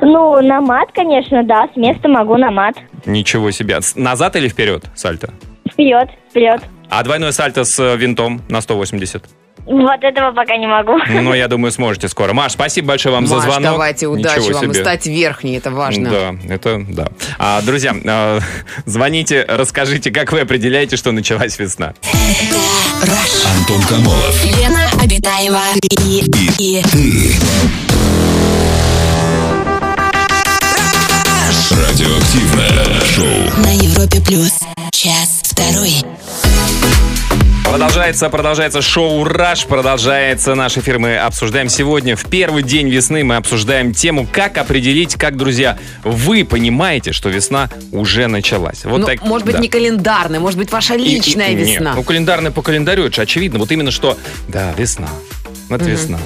Speaker 8: Ну, на мат, конечно, да, с места могу на мат.
Speaker 1: Ничего себе. С- Назад или вперед сальто?
Speaker 8: Вперед, вперед.
Speaker 1: А двойное сальто с э, винтом на 180?
Speaker 8: Вот этого пока не могу.
Speaker 1: Ну, я думаю, сможете скоро. Маш, спасибо большое вам за
Speaker 2: Маш,
Speaker 1: звонок.
Speaker 2: давайте, удачи
Speaker 1: Ничего
Speaker 2: вам. И
Speaker 1: себе.
Speaker 2: стать верхней, это важно.
Speaker 1: Да, это да. А, друзья, э, [LAUGHS] звоните, расскажите, как вы определяете, что началась весна.
Speaker 6: Антон Камолов.
Speaker 3: Лена Обитаева и, и
Speaker 6: Радиоактивное шоу.
Speaker 3: на Европе плюс час второй.
Speaker 1: Продолжается, продолжается шоу «Раш», продолжается наш эфир. Мы обсуждаем сегодня, в первый день весны, мы обсуждаем тему, как определить, как, друзья, вы понимаете, что весна уже началась. Вот
Speaker 2: Ну,
Speaker 1: так,
Speaker 2: может быть,
Speaker 1: да.
Speaker 2: не календарная, может быть, ваша
Speaker 1: И- и-
Speaker 2: личная
Speaker 1: и- ну, не,
Speaker 2: весна.
Speaker 1: Ну, календарное по календарю, это же очевидно. Вот именно что, да, весна, вот весна.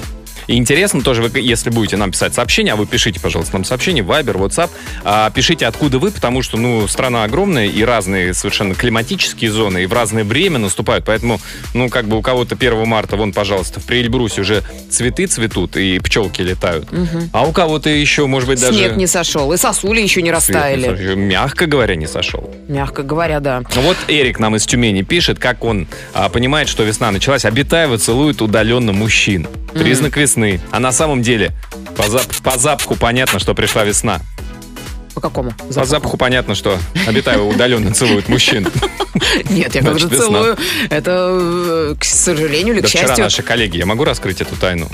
Speaker 1: И интересно тоже, вы, если будете нам писать сообщение, а вы пишите, пожалуйста, нам сообщение, Viber, WhatsApp, а, пишите, откуда вы, потому что, ну, страна огромная, и разные совершенно климатические зоны, и в разное время наступают, поэтому, ну, как бы у кого-то 1 марта, вон, пожалуйста, в Приэльбрусе уже цветы цветут, и пчелки летают, а у кого-то еще, может быть, даже...
Speaker 2: Снег не сошел, и сосули еще
Speaker 1: Свет
Speaker 2: не
Speaker 1: не
Speaker 2: растаяли.
Speaker 1: сошел. Мягко говоря, не сошел.
Speaker 2: Мягко говоря, да.
Speaker 1: Ну Вот Эрик нам из Тюмени пишет, как он а, понимает, что весна началась. Обитаева целует удаленно мужчин. Признак весны. А на самом деле по, зап- по запаху понятно, что пришла весна.
Speaker 2: По какому?
Speaker 1: По запаху понятно, что Обитаева удаленно целует мужчин.
Speaker 2: [LAUGHS] Нет, я как же
Speaker 1: Значит, весна.
Speaker 2: целую. Это, э, к сожалению или
Speaker 1: Да
Speaker 2: к
Speaker 1: вчера
Speaker 2: счастью.
Speaker 1: наши коллеги, я могу раскрыть эту тайну?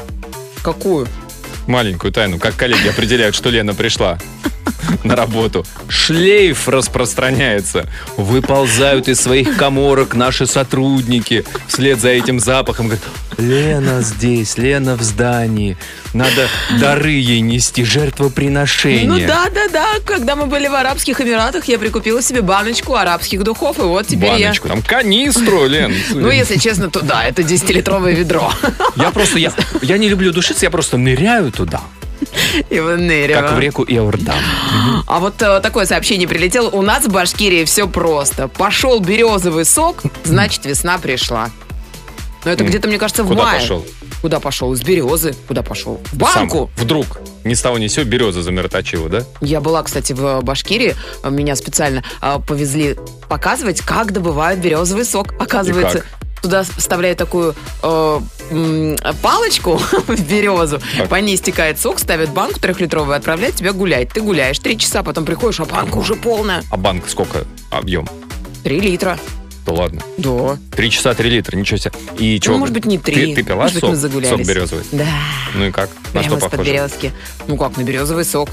Speaker 2: Какую?
Speaker 1: Маленькую тайну. Как коллеги определяют, что Лена пришла на работу. Шлейф распространяется. Выползают из своих коморок наши сотрудники. Вслед за этим запахом говорят, Лена здесь, Лена в здании. Надо дары ей нести, жертвоприношение.
Speaker 2: Ну да, да, да. Когда мы были в Арабских Эмиратах, я прикупила себе баночку арабских духов, и вот теперь я...
Speaker 1: Баночку, там канистру, Лен.
Speaker 2: [LAUGHS] Ну, если честно, то да, это 10-литровое ведро. [LAUGHS]
Speaker 1: Я просто, я, я не люблю душиться, я просто ныряю туда,
Speaker 2: И выныриваю.
Speaker 1: как в реку Иордан.
Speaker 2: А вот э, такое сообщение прилетело. У нас в Башкирии все просто. Пошел березовый сок, значит, весна пришла. Но это где-то, мне кажется, в
Speaker 1: Куда
Speaker 2: мае.
Speaker 1: пошел?
Speaker 2: Куда пошел? Из березы. Куда пошел? В
Speaker 1: Сам
Speaker 2: банку.
Speaker 1: Вдруг. Ни с того ни с сего береза замироточила, да?
Speaker 2: Я была, кстати, в Башкирии. Меня специально а, повезли показывать, как добывают березовый сок. Оказывается, туда вставляют такую э, м, палочку [LAUGHS] в березу,
Speaker 1: Так.
Speaker 2: по ней стекает сок, ставят банку трехлитровую, отправляют тебя гулять. Ты гуляешь три часа, потом приходишь, а банка уже полная.
Speaker 1: А банк сколько объем?
Speaker 2: Три литра.
Speaker 1: Да ладно.
Speaker 2: Да.
Speaker 1: Три часа три литра, ничего себе. И чё,
Speaker 2: ну, может быть, не
Speaker 1: Ты,
Speaker 2: три.
Speaker 1: ты пила
Speaker 2: может быть,
Speaker 1: сок?
Speaker 2: мы загулялись.
Speaker 1: Сок березовый.
Speaker 2: Да.
Speaker 1: Ну и как? На
Speaker 2: Прямо
Speaker 1: что
Speaker 2: из-под
Speaker 1: похоже?
Speaker 2: березки. Ну как, на березовый сок.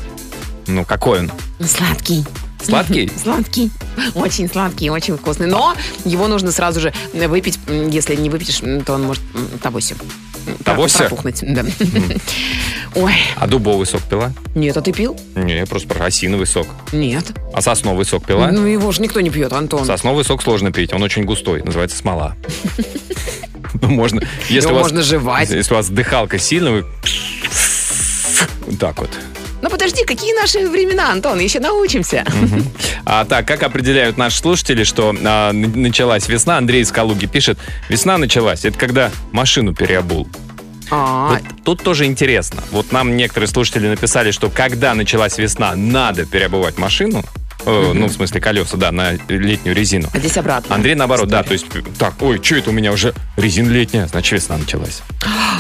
Speaker 1: Ну, какой он?
Speaker 2: Сладкий. [LAUGHS]
Speaker 1: Сладкий?
Speaker 2: Сладкий. Очень сладкий, очень вкусный. Но его нужно сразу же выпить. М, Если не выпьешь, м, то он может м, тогося. М,
Speaker 1: Тогося?
Speaker 2: Пропухнуть. Да. Ой,
Speaker 1: А дубовый сок пила?
Speaker 2: нет, а ты пил?
Speaker 1: Не, я просто про осиновый сок.
Speaker 2: Нет.
Speaker 1: А сосновый сок пила?
Speaker 2: Ну его же никто не пьет, Антон.
Speaker 1: Сосновый сок сложно пить, он очень густой, называется смола. [LAUGHS] Ну, можно. Если
Speaker 2: Его
Speaker 1: у вас-
Speaker 2: можно жевать.
Speaker 1: Если у вас дыхалка сильная, вы... [LAUGHS] вот Так вот.
Speaker 2: Ну подожди, какие наши времена, Антон? Еще научимся.
Speaker 1: А так, как определяют наши слушатели, что а, н- началась весна? Андрей из Калуги пишет. Весна началась. Это когда машину переобул.
Speaker 2: А,
Speaker 1: Вот тут тоже интересно. Вот нам некоторые слушатели написали, что когда началась весна, надо переобувать машину. Э, Ну, в смысле, колеса, да, на летнюю резину.
Speaker 2: а здесь обратно.
Speaker 1: Андрей наоборот, да, то есть, э, так, ой, что это у меня уже резина летняя, значит, весна началась.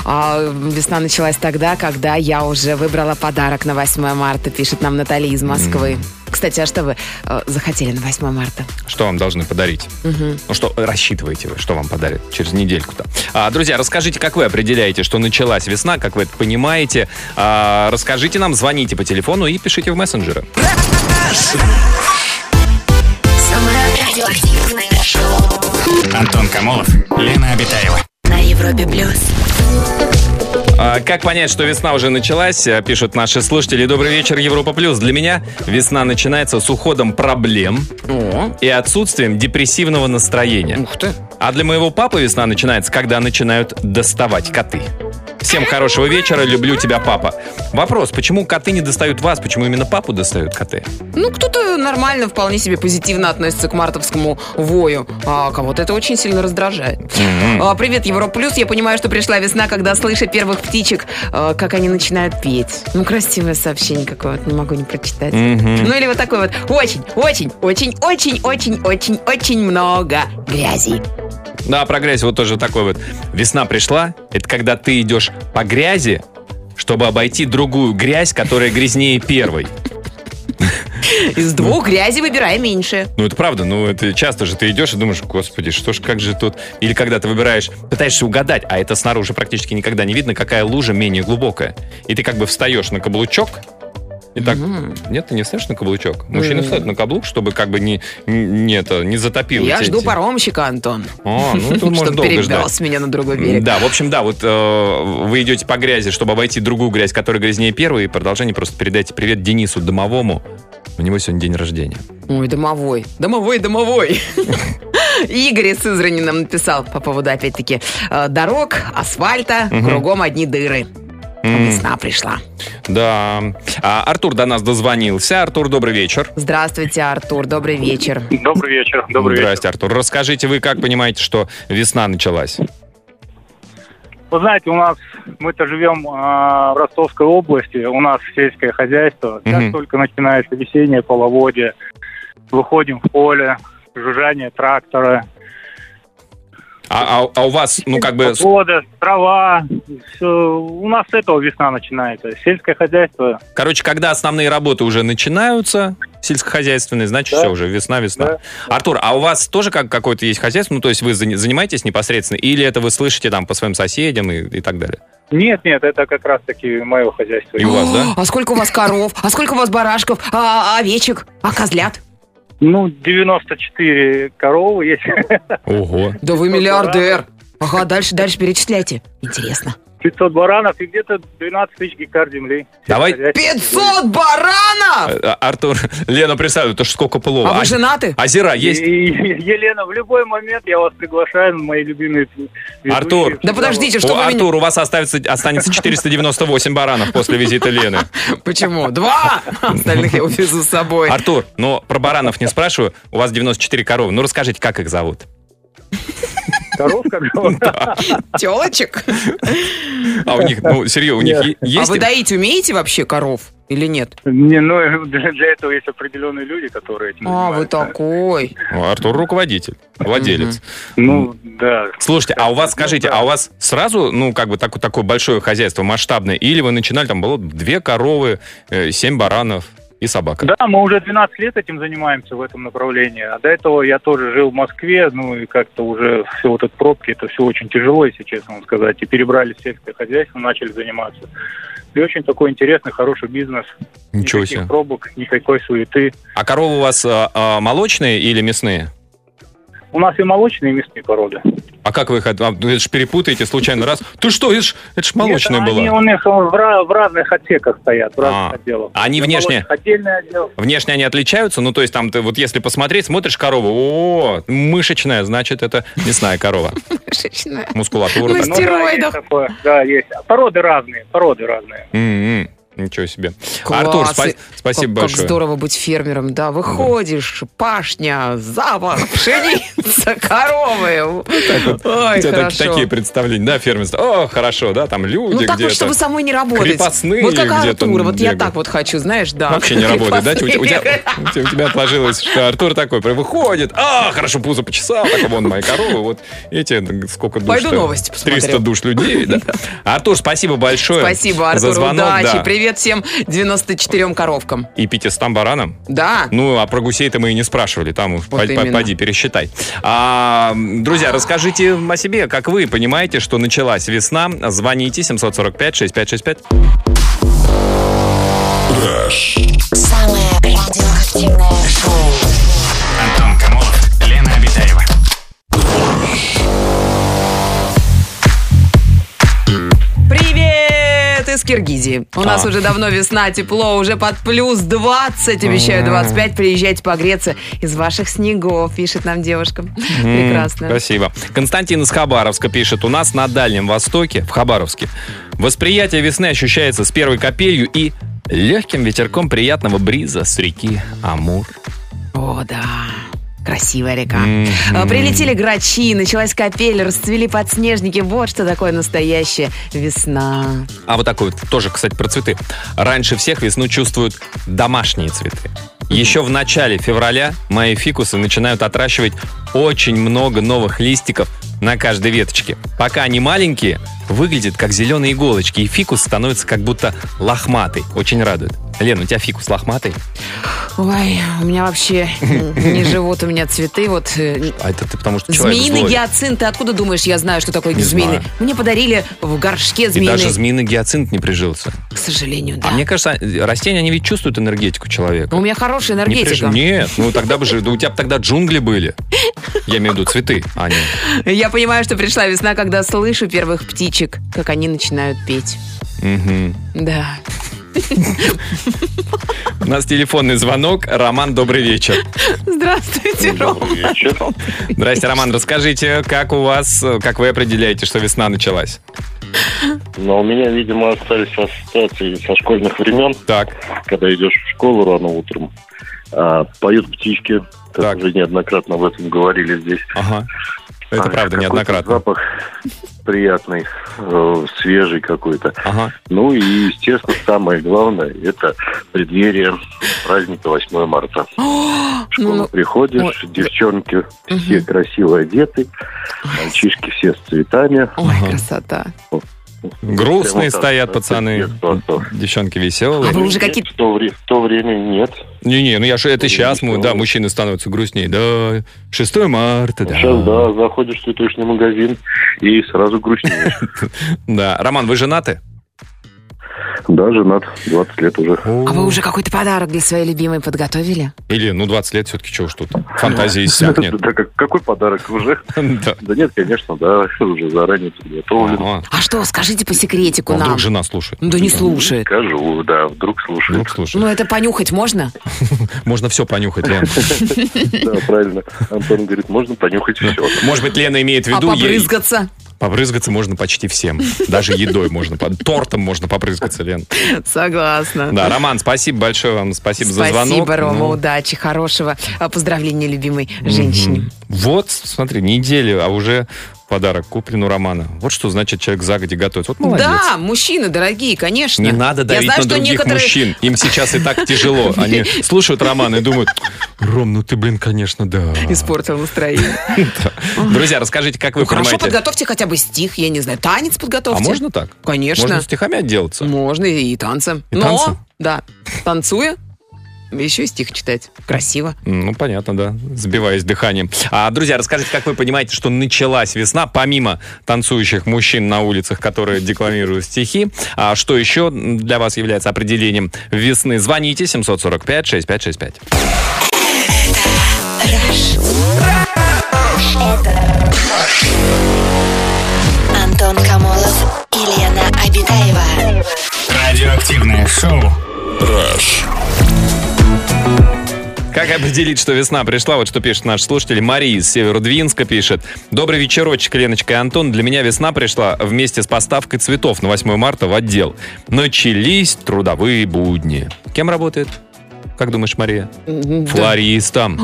Speaker 2: А весна началась тогда, когда я уже выбрала подарок на 8 марта, пишет нам Наталья из Москвы. Кстати, а что вы э, захотели на 8 марта?
Speaker 1: Что вам должны подарить? Ну, что рассчитываете вы, что вам подарят через недельку-то? А, друзья, расскажите, как вы определяете, что началась весна, как вы это понимаете. А, расскажите нам, звоните по телефону и пишите в мессенджеры.
Speaker 3: Самое радиоактивное шоу
Speaker 4: Антон Камолов, Лена Обитаева.
Speaker 3: на Европе плюс.
Speaker 1: А, Как понять, что весна уже началась, э, пишут наши слушатели. Добрый вечер, Европа Плюс. Для меня весна начинается с уходом проблем и отсутствием депрессивного настроения.
Speaker 2: Ух ты.
Speaker 1: А для моего папы весна начинается, когда начинают доставать коты. Всем хорошего вечера, люблю тебя, папа. Вопрос, почему коты не достают вас, почему именно папу достают коты?
Speaker 2: Ну, кто-то нормально, вполне себе позитивно относится к мартовскому вою, а кого-то это очень сильно раздражает. А, привет, Европлюс. Я понимаю, что пришла весна, когда слышу первых птичек, э, как они начинают петь. Ну, красивое сообщение какое вот, не могу не прочитать. Ну, или вот такое вот. Очень, очень, очень, очень, очень, очень, очень много грязи.
Speaker 1: Да, про грязь вот тоже такой вот. Весна пришла, это когда ты идешь по грязи, чтобы обойти другую грязь, которая грязнее первой.
Speaker 2: Из двух грязи выбирай меньше.
Speaker 1: Ну, это правда, ну, это часто же ты идешь и думаешь, господи, что ж, как же тут... Или когда ты выбираешь, пытаешься угадать, а это снаружи практически никогда не видно, какая лужа менее глубокая. И ты как бы встаешь на каблучок, и так,
Speaker 2: М-м.
Speaker 1: нет, ты не встаешь на каблучок. Мужчина
Speaker 2: Мгм.
Speaker 1: встает на каблук, чтобы как бы не, не, не это, не затопило.
Speaker 2: Я
Speaker 1: те-
Speaker 2: жду
Speaker 1: те-
Speaker 2: паромщика, Антон.
Speaker 1: А,
Speaker 2: [LAUGHS]
Speaker 1: ну, тут можно
Speaker 2: чтобы
Speaker 1: долго ждать.
Speaker 2: перебрался меня на другой берег.
Speaker 1: Да, в общем, да, вот э, вы идете по грязи, чтобы обойти другую грязь, которая грязнее первой, и продолжение просто передайте привет Денису Домовому. У него сегодня день рождения.
Speaker 2: Ой, домовой. Домовой, домовой. Игорь из Сызрани нам написал по поводу, опять-таки, э, дорог, асфальта, кругом одни дыры. Весна пришла.
Speaker 1: Да. А, Артур до нас дозвонился. Артур, добрый вечер.
Speaker 2: Здравствуйте, Артур. Добрый вечер.
Speaker 9: Добрый вечер. Добрый вечер.
Speaker 1: Здрасте, Артур. Расскажите, вы как понимаете, что весна началась?
Speaker 9: Вы знаете, у нас мы-то живем а, в Ростовской области, у нас сельское хозяйство. Как
Speaker 1: Мгм.
Speaker 9: только начинается весеннее половодье, выходим в поле, жужжание трактора,
Speaker 1: А, а- а у вас, ну, как бы... с-
Speaker 9: погода, трава. Всё. У нас с этого весна начинается. Сельское хозяйство.
Speaker 1: Короче, когда основные работы уже начинаются, сельскохозяйственные, значит,
Speaker 9: Да.
Speaker 1: все уже, весна-весна.
Speaker 9: Да,
Speaker 1: Артур, а у вас тоже как какое-то есть хозяйство? Ну, то есть вы зани- занимаетесь непосредственно? Или это вы слышите там по своим соседям и, и так далее?
Speaker 9: Нет, нет, это как раз-таки мое хозяйство.
Speaker 1: И у вас,
Speaker 9: [GASPS]
Speaker 1: да?
Speaker 2: А сколько у вас коров? А сколько у вас барашков? А, овечек? А козлят?
Speaker 9: Ну, 94 коровы есть.
Speaker 1: Ого.
Speaker 2: Да вы миллиардер. Ага, дальше, дальше перечисляйте. Интересно.
Speaker 9: 500 баранов и где-то 12 тысяч гектар земли.
Speaker 1: Давай.
Speaker 9: Хозяйство.
Speaker 2: 500 баранов!
Speaker 1: А, Артур, [LAUGHS] Лена, представь, это ж сколько плова.
Speaker 2: А
Speaker 1: А-
Speaker 2: вы женаты?
Speaker 1: Озера [LAUGHS]
Speaker 9: И-
Speaker 1: есть?
Speaker 9: и- Елена, в любой момент я вас приглашаю на мои любимые ведущие.
Speaker 1: Артур.
Speaker 2: Да подождите, что
Speaker 1: О,
Speaker 2: вы меня-
Speaker 1: Артур, у вас оставится, останется 498 баранов после визита Лены.
Speaker 2: Почему? Два! [LAUGHS] Остальных я увезу с собой.
Speaker 1: Артур, но про баранов не спрашиваю. У вас 94 коровы. Ну, расскажите, как их зовут? [LAUGHS]
Speaker 9: Коровка, коровка.
Speaker 2: Телочек?
Speaker 1: А у них, ну, серьезно, у них е-
Speaker 2: А
Speaker 1: есть...
Speaker 2: вы
Speaker 1: им?
Speaker 2: доить умеете вообще коров? Или нет?
Speaker 9: Не, ну, для для этого есть определенные люди, которые
Speaker 5: Ну,
Speaker 9: этим
Speaker 2: А, вы
Speaker 9: занимаются.
Speaker 2: такой.
Speaker 1: Ну, Артур руководитель, владелец.
Speaker 9: Ну, да.
Speaker 1: Слушайте, а у
Speaker 2: Ну
Speaker 1: вас, скажите, а у вас сразу, ну, как бы такое, такое большое хозяйство, масштабное, или вы начинали, там было две коровы, э, семь баранов и собака?
Speaker 9: Да, мы уже 12 лет этим занимаемся в этом направлении. А до этого я тоже жил в Москве, ну и как-то уже все вот эти пробки, это все очень тяжело, если честно вам сказать. И перебрали в сельское хозяйство, начали заниматься. И очень такой интересный, хороший бизнес.
Speaker 1: Ничего
Speaker 9: Никаких
Speaker 1: себе.
Speaker 9: пробок, никакой суеты.
Speaker 1: А коровы у вас а, а, молочные или мясные?
Speaker 9: У нас и молочные, и мясные породы.
Speaker 1: А как вы их, от- а, ну, это ж перепутаете случайно раз? Ты что, это ж, это ж молочная
Speaker 9: Нет, Они
Speaker 1: была.
Speaker 9: у них в, ра- в разных отсеках стоят, в разных
Speaker 1: А.
Speaker 9: отделах.
Speaker 1: Они
Speaker 2: Ну,
Speaker 9: Для
Speaker 1: внешне?
Speaker 9: молочных Отдельный отдел.
Speaker 1: Внешне они отличаются, ну, то есть там ты вот если посмотреть, смотришь корову, о, мышечная, значит, это мясная
Speaker 2: [LAUGHS]
Speaker 1: корова.
Speaker 2: Мышечная.
Speaker 1: Мускулатура.
Speaker 2: Ну,
Speaker 1: такая.
Speaker 9: Ну, да,
Speaker 2: Стероидов.
Speaker 9: есть такое. Да, есть. Породы разные, породы разные.
Speaker 1: М-м, Ничего себе.
Speaker 2: Класс.
Speaker 1: Артур, спа- спасибо
Speaker 2: как,
Speaker 1: большое.
Speaker 2: Как здорово быть фермером, да. Выходишь, пашня,
Speaker 1: [LAUGHS]
Speaker 2: запах, пшеница, коровы.
Speaker 1: [LAUGHS]
Speaker 2: Ой,
Speaker 1: У тебя так-
Speaker 2: хорошо.
Speaker 1: такие представления, да, фермерство? О, хорошо, да, там люди
Speaker 2: ну так вот,
Speaker 1: где-то.
Speaker 2: чтобы самой не работать.
Speaker 1: Крепостные
Speaker 2: вот как
Speaker 1: где-то
Speaker 2: Артур, вот я
Speaker 1: бегают.
Speaker 2: так вот хочу, знаешь, да.
Speaker 1: Вообще не работает, да? У тебя, у тебя-
Speaker 2: [LAUGHS] Крепостные.
Speaker 1: у тебя- у тебя отложилось, что Артур такой прям выходит, а, хорошо, пузо почесал, так вон мои коровы, вот эти, сколько душ
Speaker 2: Пойду новости посмотрю.
Speaker 1: 300 душ людей,
Speaker 2: [LAUGHS]
Speaker 1: да? Артур, спасибо большое
Speaker 2: Спасибо, Артур,
Speaker 1: за звонок,
Speaker 2: удачи.
Speaker 1: да.
Speaker 2: Привет всем 94 коровкам.
Speaker 1: И 500 баранам.
Speaker 2: Да.
Speaker 1: Ну, а про гусей-то мы и не спрашивали, там уж
Speaker 2: Вот
Speaker 1: пой- пой-
Speaker 2: именно.
Speaker 1: пойди, пересчитай. А, м, друзья, расскажите о себе, как вы понимаете, что началась весна. Звоните 745-6565.
Speaker 3: Самое радиоактивное шоу.
Speaker 4: Антон Камолов, Лена Обитаева.
Speaker 2: Привет из Киргизии. У нас
Speaker 1: А.
Speaker 2: уже давно весна, тепло, уже под плюс 20, обещаю 25. Приезжайте погреться из ваших снегов, пишет нам девушка.
Speaker 1: М,
Speaker 2: Прекрасно.
Speaker 1: Спасибо. Константин из Хабаровска пишет. У нас на Дальнем Востоке, в Хабаровске, восприятие весны ощущается с первой капелью и легким ветерком приятного бриза с реки Амур.
Speaker 2: О, да. Красивая река.
Speaker 1: М,
Speaker 2: А,
Speaker 1: м.
Speaker 2: Прилетели грачи, началась капель, расцвели подснежники. Вот что такое настоящая весна.
Speaker 1: А вот такой вот, тоже, кстати, про цветы. Раньше всех весну чувствуют домашние цветы. Еще в начале февраля мои фикусы начинают отращивать очень много новых листиков на каждой веточке. Пока они маленькие, выглядят как зеленые иголочки, и фикус становится как будто лохматый. Очень радует. Лен, у тебя фикус лохматый?
Speaker 2: Ой, у меня
Speaker 1: [LAUGHS]
Speaker 2: вообще м, не живут у меня цветы. Вот э,
Speaker 1: А это ты потому что человек
Speaker 2: Змеиный
Speaker 1: злой.
Speaker 2: гиацинт. Ты откуда думаешь, я знаю, что такое
Speaker 1: Не
Speaker 2: змеиный?
Speaker 1: знаю.
Speaker 2: Мне подарили в горшке
Speaker 1: И
Speaker 2: змеиный.
Speaker 1: даже змеиный гиацинт не прижился.
Speaker 2: К сожалению, да.
Speaker 1: А мне кажется, растения, они ведь чувствуют энергетику человека.
Speaker 2: Ну, У меня хорошая
Speaker 1: Не приж-
Speaker 2: энергетика.
Speaker 1: Нет, ну тогда бы же, да у тебя бы тогда джунгли были. Я имею в виду цветы, а не...
Speaker 2: Я понимаю, что пришла весна, когда слышу первых птичек, как они начинают петь.
Speaker 1: Мгм.
Speaker 2: Да.
Speaker 1: У нас телефонный звонок. Роман, добрый вечер.
Speaker 2: Здравствуйте,
Speaker 10: Ну
Speaker 2: Ром.
Speaker 1: Здрасте, Роман. Расскажите, как у вас, э, как вы определяете, что весна началась?
Speaker 10: Но у меня, видимо, остались ассоциации со школьных времен,
Speaker 1: Так,
Speaker 10: когда идешь в школу рано утром, а, поют птички, как
Speaker 1: Так.
Speaker 10: уже неоднократно об этом говорили здесь.
Speaker 1: ага. Это
Speaker 10: А,
Speaker 1: правда
Speaker 10: какой-то
Speaker 1: неоднократно.
Speaker 10: Запах приятный, э, свежий какой-то.
Speaker 1: Ага.
Speaker 10: Ну и, естественно, самое главное, это преддверие праздника 8 марта.
Speaker 2: О,
Speaker 10: В школу
Speaker 2: ну,
Speaker 10: приходишь, девчонки все красиво одеты, мальчишки все с цветами.
Speaker 2: ну. Ой,
Speaker 1: Ага.
Speaker 2: красота.
Speaker 1: Грустные
Speaker 10: Прямо так,
Speaker 1: стоят
Speaker 10: это
Speaker 1: пацаны.
Speaker 10: детство, то.
Speaker 1: Девчонки
Speaker 2: А
Speaker 1: веселые.
Speaker 2: вы уже
Speaker 10: Нет,
Speaker 2: какие-то...
Speaker 10: В то, вре- в то время нет.
Speaker 1: Не-не, ну я же это сейчас, мы, да,
Speaker 10: Ну.
Speaker 1: мужчины становятся грустнее. Да, 6 марта, да.
Speaker 10: Сейчас, да, заходишь в цветочный магазин и
Speaker 1: [LAUGHS]
Speaker 10: сразу грустнеешь.
Speaker 1: Да. Роман, вы женаты?
Speaker 10: Да, женат, 20 лет уже.
Speaker 2: А вы уже какой-то подарок для своей любимой подготовили?
Speaker 1: Или, ну, 20 лет все-таки чего что-то. Фантазии иссякнет. [LAUGHS]
Speaker 10: Ну, [LAUGHS] Да, как- какой подарок уже?
Speaker 1: Да.
Speaker 10: Да нет, конечно, да, уже заранее подготовлен.
Speaker 1: А,
Speaker 2: А что, скажите по секретику
Speaker 1: а
Speaker 2: нам. Ну,
Speaker 1: вдруг жена слушает.
Speaker 2: Да не слушает.
Speaker 10: Скажу, да, вдруг слушает.
Speaker 1: Вдруг слушает.
Speaker 2: Ну, это понюхать можно?
Speaker 1: Можно все понюхать,
Speaker 2: [LAUGHS]
Speaker 1: Лен.
Speaker 10: Да, правильно. Антон говорит, можно понюхать все.
Speaker 1: Может быть, Лена имеет в
Speaker 2: А
Speaker 1: виду... ей-
Speaker 2: побрызгаться?
Speaker 1: Побрызгаться можно почти всем. Даже едой можно. под- Тортом можно побрызгаться, Лен.
Speaker 2: Согласна.
Speaker 1: Да, Роман, спасибо большое вам. Спасибо, за звонок.
Speaker 2: Спасибо, Рома,
Speaker 1: Ну,
Speaker 2: удачи, хорошего а, поздравления любимой женщине.
Speaker 1: Вот, смотри, неделю, а уже подарок куплен у Романа. Вот что значит человек загоди готовится. Вот молодец.
Speaker 2: Да, мужчины, дорогие, конечно.
Speaker 1: Не надо
Speaker 2: Я
Speaker 1: давить
Speaker 2: знаю,
Speaker 1: на
Speaker 2: что
Speaker 1: других
Speaker 2: некоторые...
Speaker 1: мужчин. Им сейчас и
Speaker 2: [LAUGHS]
Speaker 1: так тяжело. Они слушают Романа и думают, [LAUGHS] Ром, ну ты, блин, конечно, да.
Speaker 2: Испортил настроение.
Speaker 1: Друзья, расскажите, как вы
Speaker 2: Ну, хорошо,
Speaker 1: понимаете...
Speaker 2: подготовьте хотя бы стих, я не знаю, танец
Speaker 1: А
Speaker 2: подготовьте.
Speaker 1: можно так?
Speaker 2: Конечно.
Speaker 1: Можно стихами отделаться?
Speaker 2: Можно и танцем.
Speaker 1: И
Speaker 2: Но,
Speaker 1: танцем?
Speaker 2: да, танцуя, еще и стих читать. Красиво.
Speaker 1: Ну, понятно, да. Сбиваясь дыханием. А, друзья, расскажите, как вы понимаете, что началась весна, помимо танцующих мужчин на улицах, которые декламируют стихи, а что еще для вас является определением весны? Звоните 745-6565.
Speaker 6: Антон Камолов и Лена Обитаева.
Speaker 4: Радиоактивное шоу.
Speaker 1: Как определить, что весна пришла? Вот что пишет наш слушатель. Мария из Северодвинска пишет. Добрый вечерочек, Леночка и Антон. Для меня весна пришла вместе с поставкой цветов на 8 марта в отдел. Начались трудовые будни. Кем работает? Как думаешь, Мария?
Speaker 2: М, да. [GASPS]
Speaker 1: Флористом.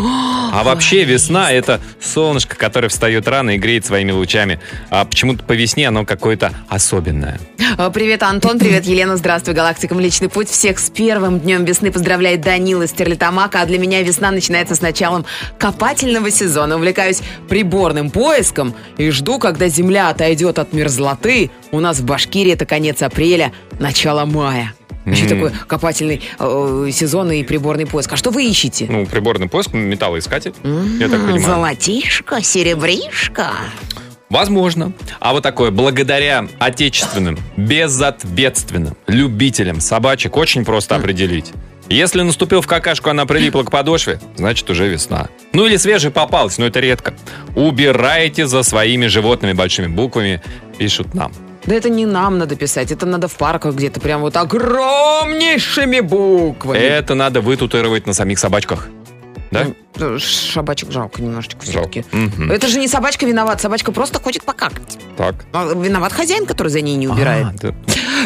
Speaker 1: А вообще весна — это солнышко, которое встает рано и греет своими лучами. А почему-то по весне оно какое-то особенное.
Speaker 2: А, Привет, Антон, привет, Елена, здравствуй, Галактика Млечный Путь. Всех с первым днем весны поздравляет Данила из Стерлитамака, а для меня весна начинается с началом копательного сезона. Увлекаюсь приборным поиском и жду, когда земля отойдет от мерзлоты. У нас в Башкирии это конец апреля, начало мая. Еще
Speaker 1: М.
Speaker 2: такой копательный э, сезон и приборный поиск. А что вы ищете?
Speaker 1: Ну, приборный поиск, металлоискатель, Ну, я так
Speaker 2: М,
Speaker 1: понимаю.
Speaker 2: Золотишко, серебришко.
Speaker 1: Возможно. А вот такое, благодаря отечественным, безответственным любителям собачек очень
Speaker 2: Хм.
Speaker 1: просто определить. Если наступил в какашку, она прилипла к подошве, значит уже весна. Ну или свежий попалась, но это редко. Убирайте за своими животными большими буквами, пишут нам.
Speaker 2: Да это не нам надо писать, это надо в парках где-то прям вот огромнейшими буквами.
Speaker 1: Это надо вытутировать на самих собачках. Да?
Speaker 2: Ну, Собачек жалко немножечко
Speaker 1: Жалко.
Speaker 2: все-таки.
Speaker 1: Мгм.
Speaker 2: Это же не собачка виновата, собачка просто хочет покакать.
Speaker 1: Так.
Speaker 2: А Виноват хозяин, который за ней не убирает.
Speaker 1: А, да.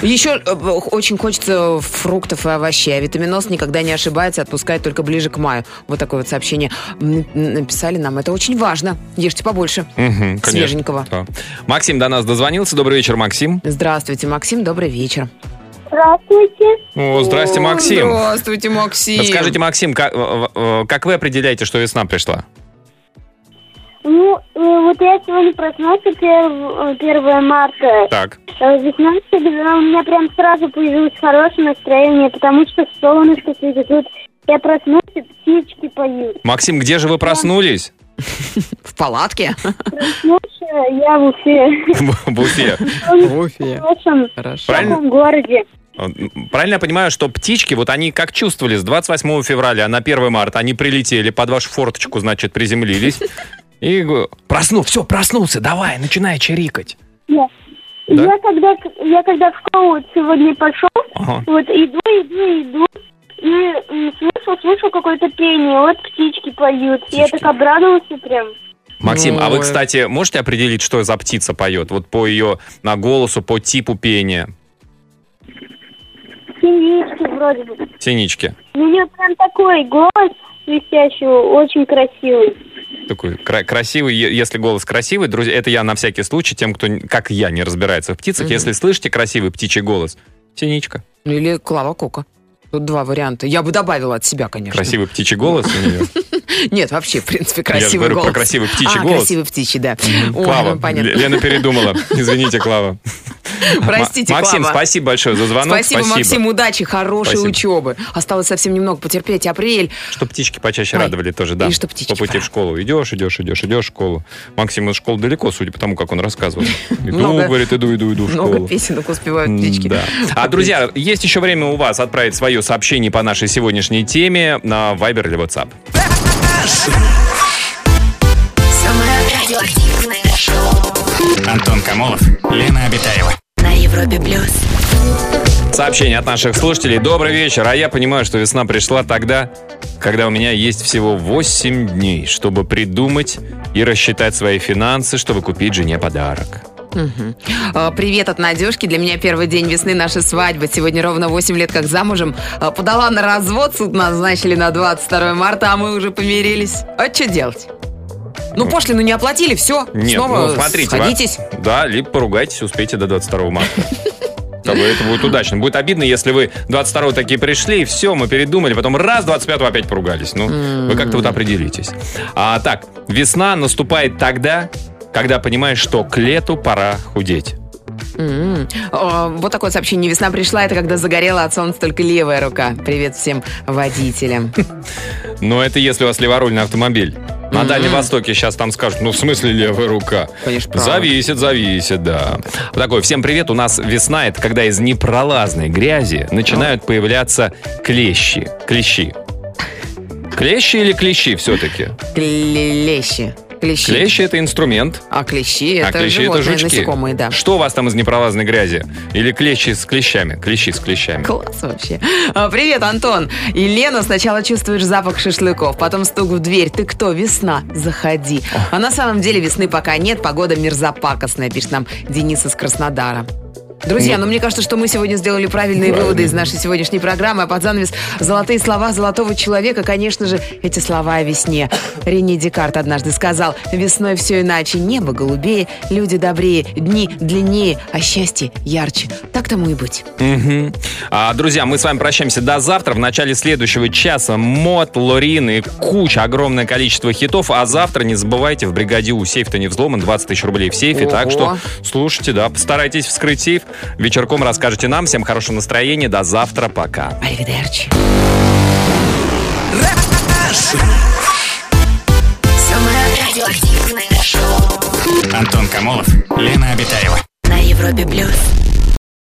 Speaker 2: Еще э, очень хочется фруктов и овощей, а витаминоз никогда не ошибается, отпускает только ближе к маю. Вот такое вот сообщение м, м, написали нам. Это очень важно. Ешьте побольше
Speaker 1: Мгм, конечно.
Speaker 2: свеженького.
Speaker 1: Да. Максим до нас дозвонился. Добрый вечер, Максим.
Speaker 2: Здравствуйте, Максим, добрый вечер.
Speaker 8: Здравствуйте.
Speaker 1: О, здрасте, Максим.
Speaker 2: Здравствуйте, Максим.
Speaker 1: Расскажите, Максим, как, э, э, как вы определяете, что весна пришла?
Speaker 8: Ну, э, вот я сегодня проснулся перв- э, 1 марта.
Speaker 1: Так.
Speaker 8: Э, Весна всегда у меня прям сразу появилось хорошее настроение, потому что солнышко светит. Вот я проснулся, птички поют.
Speaker 1: Максим, где же вы проснулись? [LAUGHS]
Speaker 2: В палатке?
Speaker 8: Проснулся я в Уфе,
Speaker 1: В буфе.
Speaker 8: в
Speaker 2: Кофе.
Speaker 8: нашем
Speaker 2: Хорошо.
Speaker 1: Правильно,
Speaker 8: таком городе.
Speaker 1: правильно я понимаю, что птички, вот они как чувствовали с 28 февраля на 1 марта, они прилетели под вашу форточку, значит, приземлились. И го- просну, все, проснулся, давай, начинай чирикать. Да?
Speaker 8: Я когда я когда в школу вот сегодня пошел,
Speaker 1: Ага.
Speaker 8: вот иду, иду, иду, и м, слышу, слышу какое-то пение, вот птички поют. Я так обрадовался прям.
Speaker 1: Максим, а вы,
Speaker 2: Ой.
Speaker 1: кстати, можете определить, что за птица поет? Вот по ее на голосу, по типу пения.
Speaker 11: Синички вроде бы.
Speaker 1: Синички.
Speaker 11: Ну, У нее прям такой голос свистящий, очень красивый.
Speaker 1: Такой кра- красивый, е- если голос красивый, друзья, это я на всякий случай тем, кто, н- как я, не разбирается в птицах.
Speaker 2: Мгм.
Speaker 1: Если слышите красивый птичий голос, синичка.
Speaker 2: Или клава кока. Тут два варианта. Я бы добавила от себя, конечно.
Speaker 1: Красивый птичий голос у
Speaker 2: [LAUGHS]
Speaker 1: нее.
Speaker 2: Нет, вообще, в принципе, красивый
Speaker 1: Я же говорю
Speaker 2: голос.
Speaker 1: про красивый птичий
Speaker 2: а,
Speaker 1: голос.
Speaker 2: красивый птичий, да. Ой,
Speaker 1: Клава.
Speaker 2: ну, понятно.
Speaker 1: Л- Лена передумала.
Speaker 2: [LAUGHS]
Speaker 1: Извините, Клава.
Speaker 2: Простите,
Speaker 1: Ма- Максим,
Speaker 2: Клава.
Speaker 1: спасибо большое за звонок.
Speaker 2: спасибо, Максим, удачи, хорошей
Speaker 1: Спасибо.
Speaker 2: учебы. Осталось совсем немного потерпеть. Апрель.
Speaker 1: Что птички почаще
Speaker 2: Ой.
Speaker 1: радовали тоже, да.
Speaker 2: И что птички,
Speaker 1: По пути в школу идешь, идешь, идешь, идешь в школу. Максим из школы далеко, судя по тому, как он
Speaker 2: [LAUGHS]
Speaker 1: рассказывал. Иду,
Speaker 2: Много-
Speaker 1: говорит, иду, иду, иду в
Speaker 2: Много
Speaker 1: школу.
Speaker 2: песенок успевают птички.
Speaker 1: Да. А, друзья, есть еще время у вас отправить свое сообщение по нашей сегодняшней теме на Viber или WhatsApp.
Speaker 6: Самое радиоактивное шоу
Speaker 4: Антон Камолов, Лена Обитаева.
Speaker 6: на Европе плюс.
Speaker 1: Сообщение от наших слушателей. Добрый вечер. А я понимаю, что весна пришла тогда, когда у меня есть всего 8 дней, чтобы придумать и рассчитать свои финансы, чтобы купить жене подарок.
Speaker 2: Мгм. А, Привет от Надежки. Для меня первый день весны наша свадьба. Сегодня ровно 8 лет как замужем. А, Подала на развод, суд назначили на 22 марта, а мы уже помирились. А что делать? Ну, пошлину не оплатили, все.
Speaker 1: Нет,
Speaker 2: Снова
Speaker 1: ну смотрите. ва-
Speaker 2: сходитесь.
Speaker 1: Да, либо поругайтесь, успейте до 22 марта. Как бы это будет удачно. Будет обидно, если вы 22 такие пришли, и все, мы передумали, потом раз, 25 опять поругались. Ну, вы как-то вот определитесь. А так, весна наступает тогда, когда понимаешь, что к лету пора худеть.
Speaker 2: М. А, Вот такое сообщение. Весна пришла, это когда загорела от солнца только левая рука. Привет всем водителям.
Speaker 1: Но это если у вас леворульный автомобиль. На
Speaker 2: Мгм.
Speaker 1: Дальнем Востоке сейчас там скажут, ну в смысле левая рука?
Speaker 2: [LAUGHS] Конечно, правда.
Speaker 1: Зависит, зависит, да. Вот Такой, всем привет, у нас весна, это когда из непролазной грязи начинают появляться клещи. Клещи. Клещи или клещи все-таки?
Speaker 2: Клещи. Клещи.
Speaker 1: Клещи это инструмент,
Speaker 2: А клещи
Speaker 1: а
Speaker 2: это
Speaker 1: клещи это
Speaker 2: животные,
Speaker 1: жучки.
Speaker 2: насекомые, да.
Speaker 1: Что у вас там из непролазной грязи? Или клещи с клещами? Клещи с клещами.
Speaker 2: Класс вообще. А, Привет, Антон. И Лена, сначала чувствуешь запах шашлыков, потом стук в дверь. Ты кто? Весна. Заходи. А на самом деле весны пока нет, погода мерзопакостная, пишет нам Денис из Краснодара. Друзья,
Speaker 1: Ну.
Speaker 2: ну мне кажется, что мы сегодня сделали правильные
Speaker 1: Правильно.
Speaker 2: выводы из нашей сегодняшней программы. А под занавес «Золотые слова золотого человека», конечно же, эти слова о весне. Рене Декарт однажды сказал, «Весной все иначе, небо голубее, люди добрее, дни длиннее, а счастье ярче». Так тому и быть.
Speaker 1: Мгм. А, друзья, мы с вами прощаемся до завтра. В начале следующего часа Мот, Лорин и куча, огромное количество хитов. А завтра не забывайте, в бригаде У сейф-то не взломан, 20 тысяч рублей в сейфе.
Speaker 2: Ого.
Speaker 1: Так что слушайте, да, постарайтесь вскрыть сейф. Вечерком расскажете нам. Всем хорошего настроения. До завтра. Пока.
Speaker 2: Аривидерчи.
Speaker 6: Самое радиоактивное шоу
Speaker 4: Антон Камолов, Лена Обитаева.
Speaker 6: на Европе плюс.